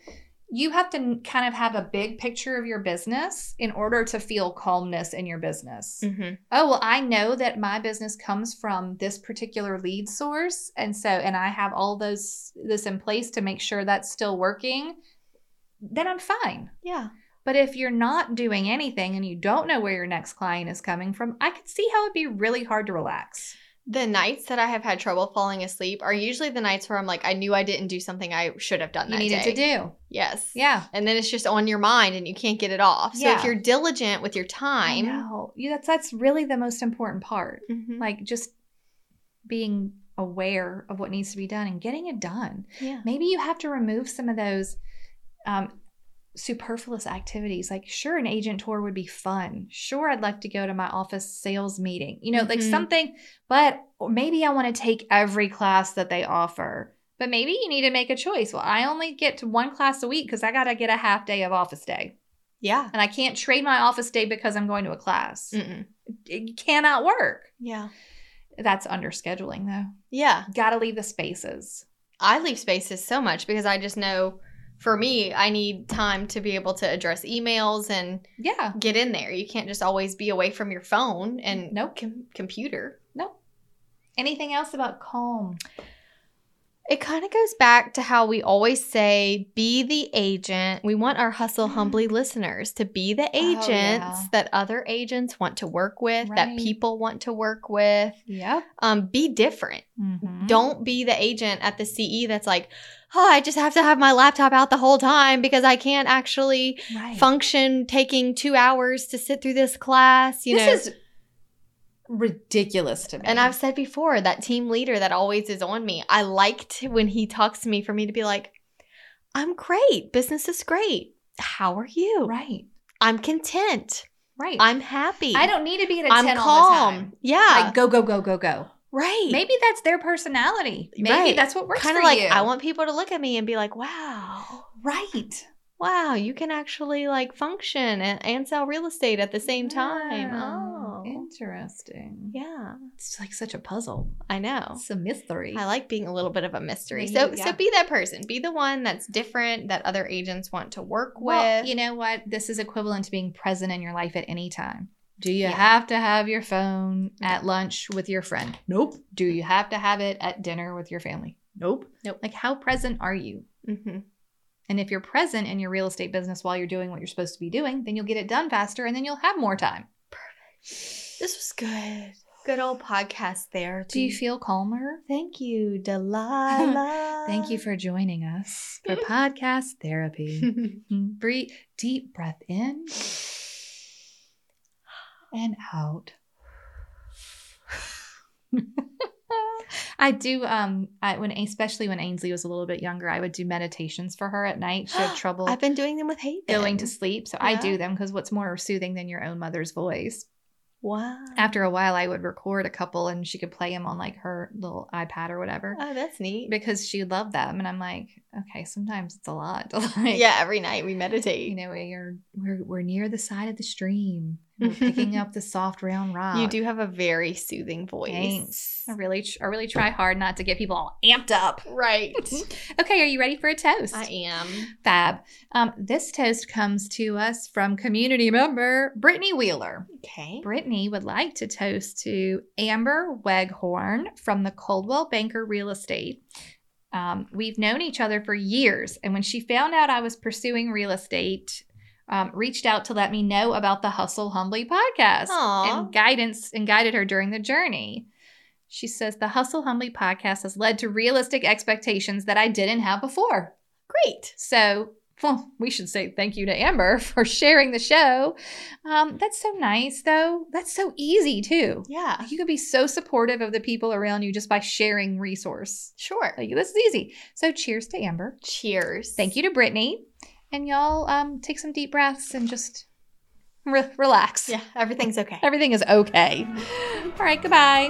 S3: you have to n- kind of have a big picture of your business in order to feel calmness in your business.
S2: Mm-hmm.
S3: Oh, well, I know that my business comes from this particular lead source. And so, and I have all those, this in place to make sure that's still working, then I'm fine.
S5: Yeah.
S3: But if you're not doing anything and you don't know where your next client is coming from, I could see how it'd be really hard to relax.
S2: The nights that I have had trouble falling asleep are usually the nights where I'm like, I knew I didn't do something I should have done
S3: You
S2: that
S3: needed
S2: day.
S3: to do.
S2: Yes.
S3: Yeah.
S2: And then it's just on your mind and you can't get it off. So
S3: Yeah.
S2: if you're diligent with your
S3: I
S2: time,
S3: know. Mm-hmm. You- That's, that's really the most important part.
S2: Mhm.
S3: Like just being aware of what needs to be done and getting it done.
S2: yeah.
S3: maybe you have to remove some of those um, superfluous activities. Like, sure, an agent tour would be fun. Sure, I'd like to go to my office sales meeting, you know, like
S2: Mhm.
S3: something, but or maybe I want to take every class that they offer. But maybe you need to make a choice. Well, I only get to one class a week because I got to get a half day of office day.
S2: Yeah.
S3: And I can't trade my office day because I'm going to a class.
S2: Mm-mm.
S3: It cannot work.
S2: Yeah.
S3: That's under scheduling, though.
S2: Yeah.
S3: Got to leave the spaces.
S2: I leave spaces so much because I just know for me, I need time to be able to address emails and
S3: Yeah.
S2: get in there. You can't just always be away from your phone and
S3: Nope.
S2: com- computer.
S3: Anything else about calm?
S2: It kind of goes back to how we always say, be the agent. We want our hustle humbly listeners to be the agents
S3: yeah.
S2: that other agents want to work with,
S3: Right.
S2: that people want to work with.
S3: Yep.
S2: Um, be different.
S3: Mm-hmm. Mm.
S2: Don't be the agent at the CE that's like, oh, I just have to have my laptop out the whole time because I can't actually
S3: right.
S2: function taking two hours to sit through this class. You
S3: this
S2: know,
S3: is ridiculous to me.
S2: And I've said before that team leader that always is on me. I liked when he talks to me for me to be like, I'm great. Business is great. How are you?
S3: right,
S2: I'm content.
S3: right.
S2: I'm happy.
S3: I don't need to be at a
S2: I'm
S3: ten all
S2: calm.
S3: the time.
S2: Yeah.
S3: Like go go go go go.
S2: right.
S3: Maybe that's their personality. Maybe
S2: Right.
S3: that's what works
S2: Kind of
S3: for
S2: like
S3: you.
S2: I want people to look at me and be like, wow.
S3: right.
S2: Wow, you can actually like function and, and sell real estate at the same time.
S3: Wow.
S2: Oh.
S3: interesting.
S2: Yeah.
S3: It's like such a puzzle.
S2: I know.
S3: It's a mystery.
S2: I like being a little bit of a mystery.
S3: Me,
S2: So
S3: yeah.
S2: so be that person. Be the one that's different that other agents want to work with.
S3: well, you know what? This is equivalent to being present in your life at any time. Do you
S2: Yeah.
S3: have to have your phone at lunch with your friend? Nope. Do you have to have it at dinner with your family? Nope.
S2: Nope.
S3: Like, how present are you?
S2: Mm-hmm.
S3: And if you're present in your real estate business while you're doing what you're supposed to be doing, then you'll get it done faster and then you'll have more time.
S2: This was good. Good old podcast therapy.
S3: Do you feel calmer?
S2: Thank you, Delilah.
S3: Thank you for joining us for podcast therapy. Breathe deep breath in and out. I do um I when especially when Ainsley was a little bit younger, I would do meditations for her at night. She had trouble
S2: I've been doing them with Hayden.
S3: going to sleep. So I
S2: Yeah.
S3: do them because what's more soothing than your own mother's voice?
S2: Wow.
S3: after a while i would record a couple and she could play them on like her little ipad or whatever
S2: Oh, that's neat.
S3: because she loved them and i'm like okay sometimes it's a lot to like
S2: yeah, every night we meditate.
S3: you know we're we're, we're near the side of the stream we're picking up the soft round rock
S2: you do have a very soothing voice.
S3: thanks i really tr- i really try hard not to get people all amped up
S2: Right.
S3: okay are you ready for a toast
S2: I am.
S3: fab um, this toast comes to us from community member brittany wheeler
S2: Okay.
S3: Brittany would like to toast to Amber Weghorn from the Coldwell Banker Real Estate. Um, we've known each other for years, and when she found out I was pursuing real estate, um, reached out to let me know about the Hustle Humbly podcast
S2: Aw.
S3: and guidance and guided her during the journey. She says the Hustle Humbly podcast has led to realistic expectations that I didn't have before.
S2: Great.
S3: So, well, we should say thank you to Amber for sharing the show. Um, that's so nice, though. That's so easy, too.
S2: Yeah.
S3: Like, You could be so supportive of the people around you just by sharing resource.
S2: Sure.
S3: Like, this is easy. So, cheers to Amber.
S2: Cheers.
S3: Thank you to Brittany. And y'all um, take some deep breaths and just re- relax.
S2: Yeah, everything's okay.
S3: Everything is okay. All right, goodbye.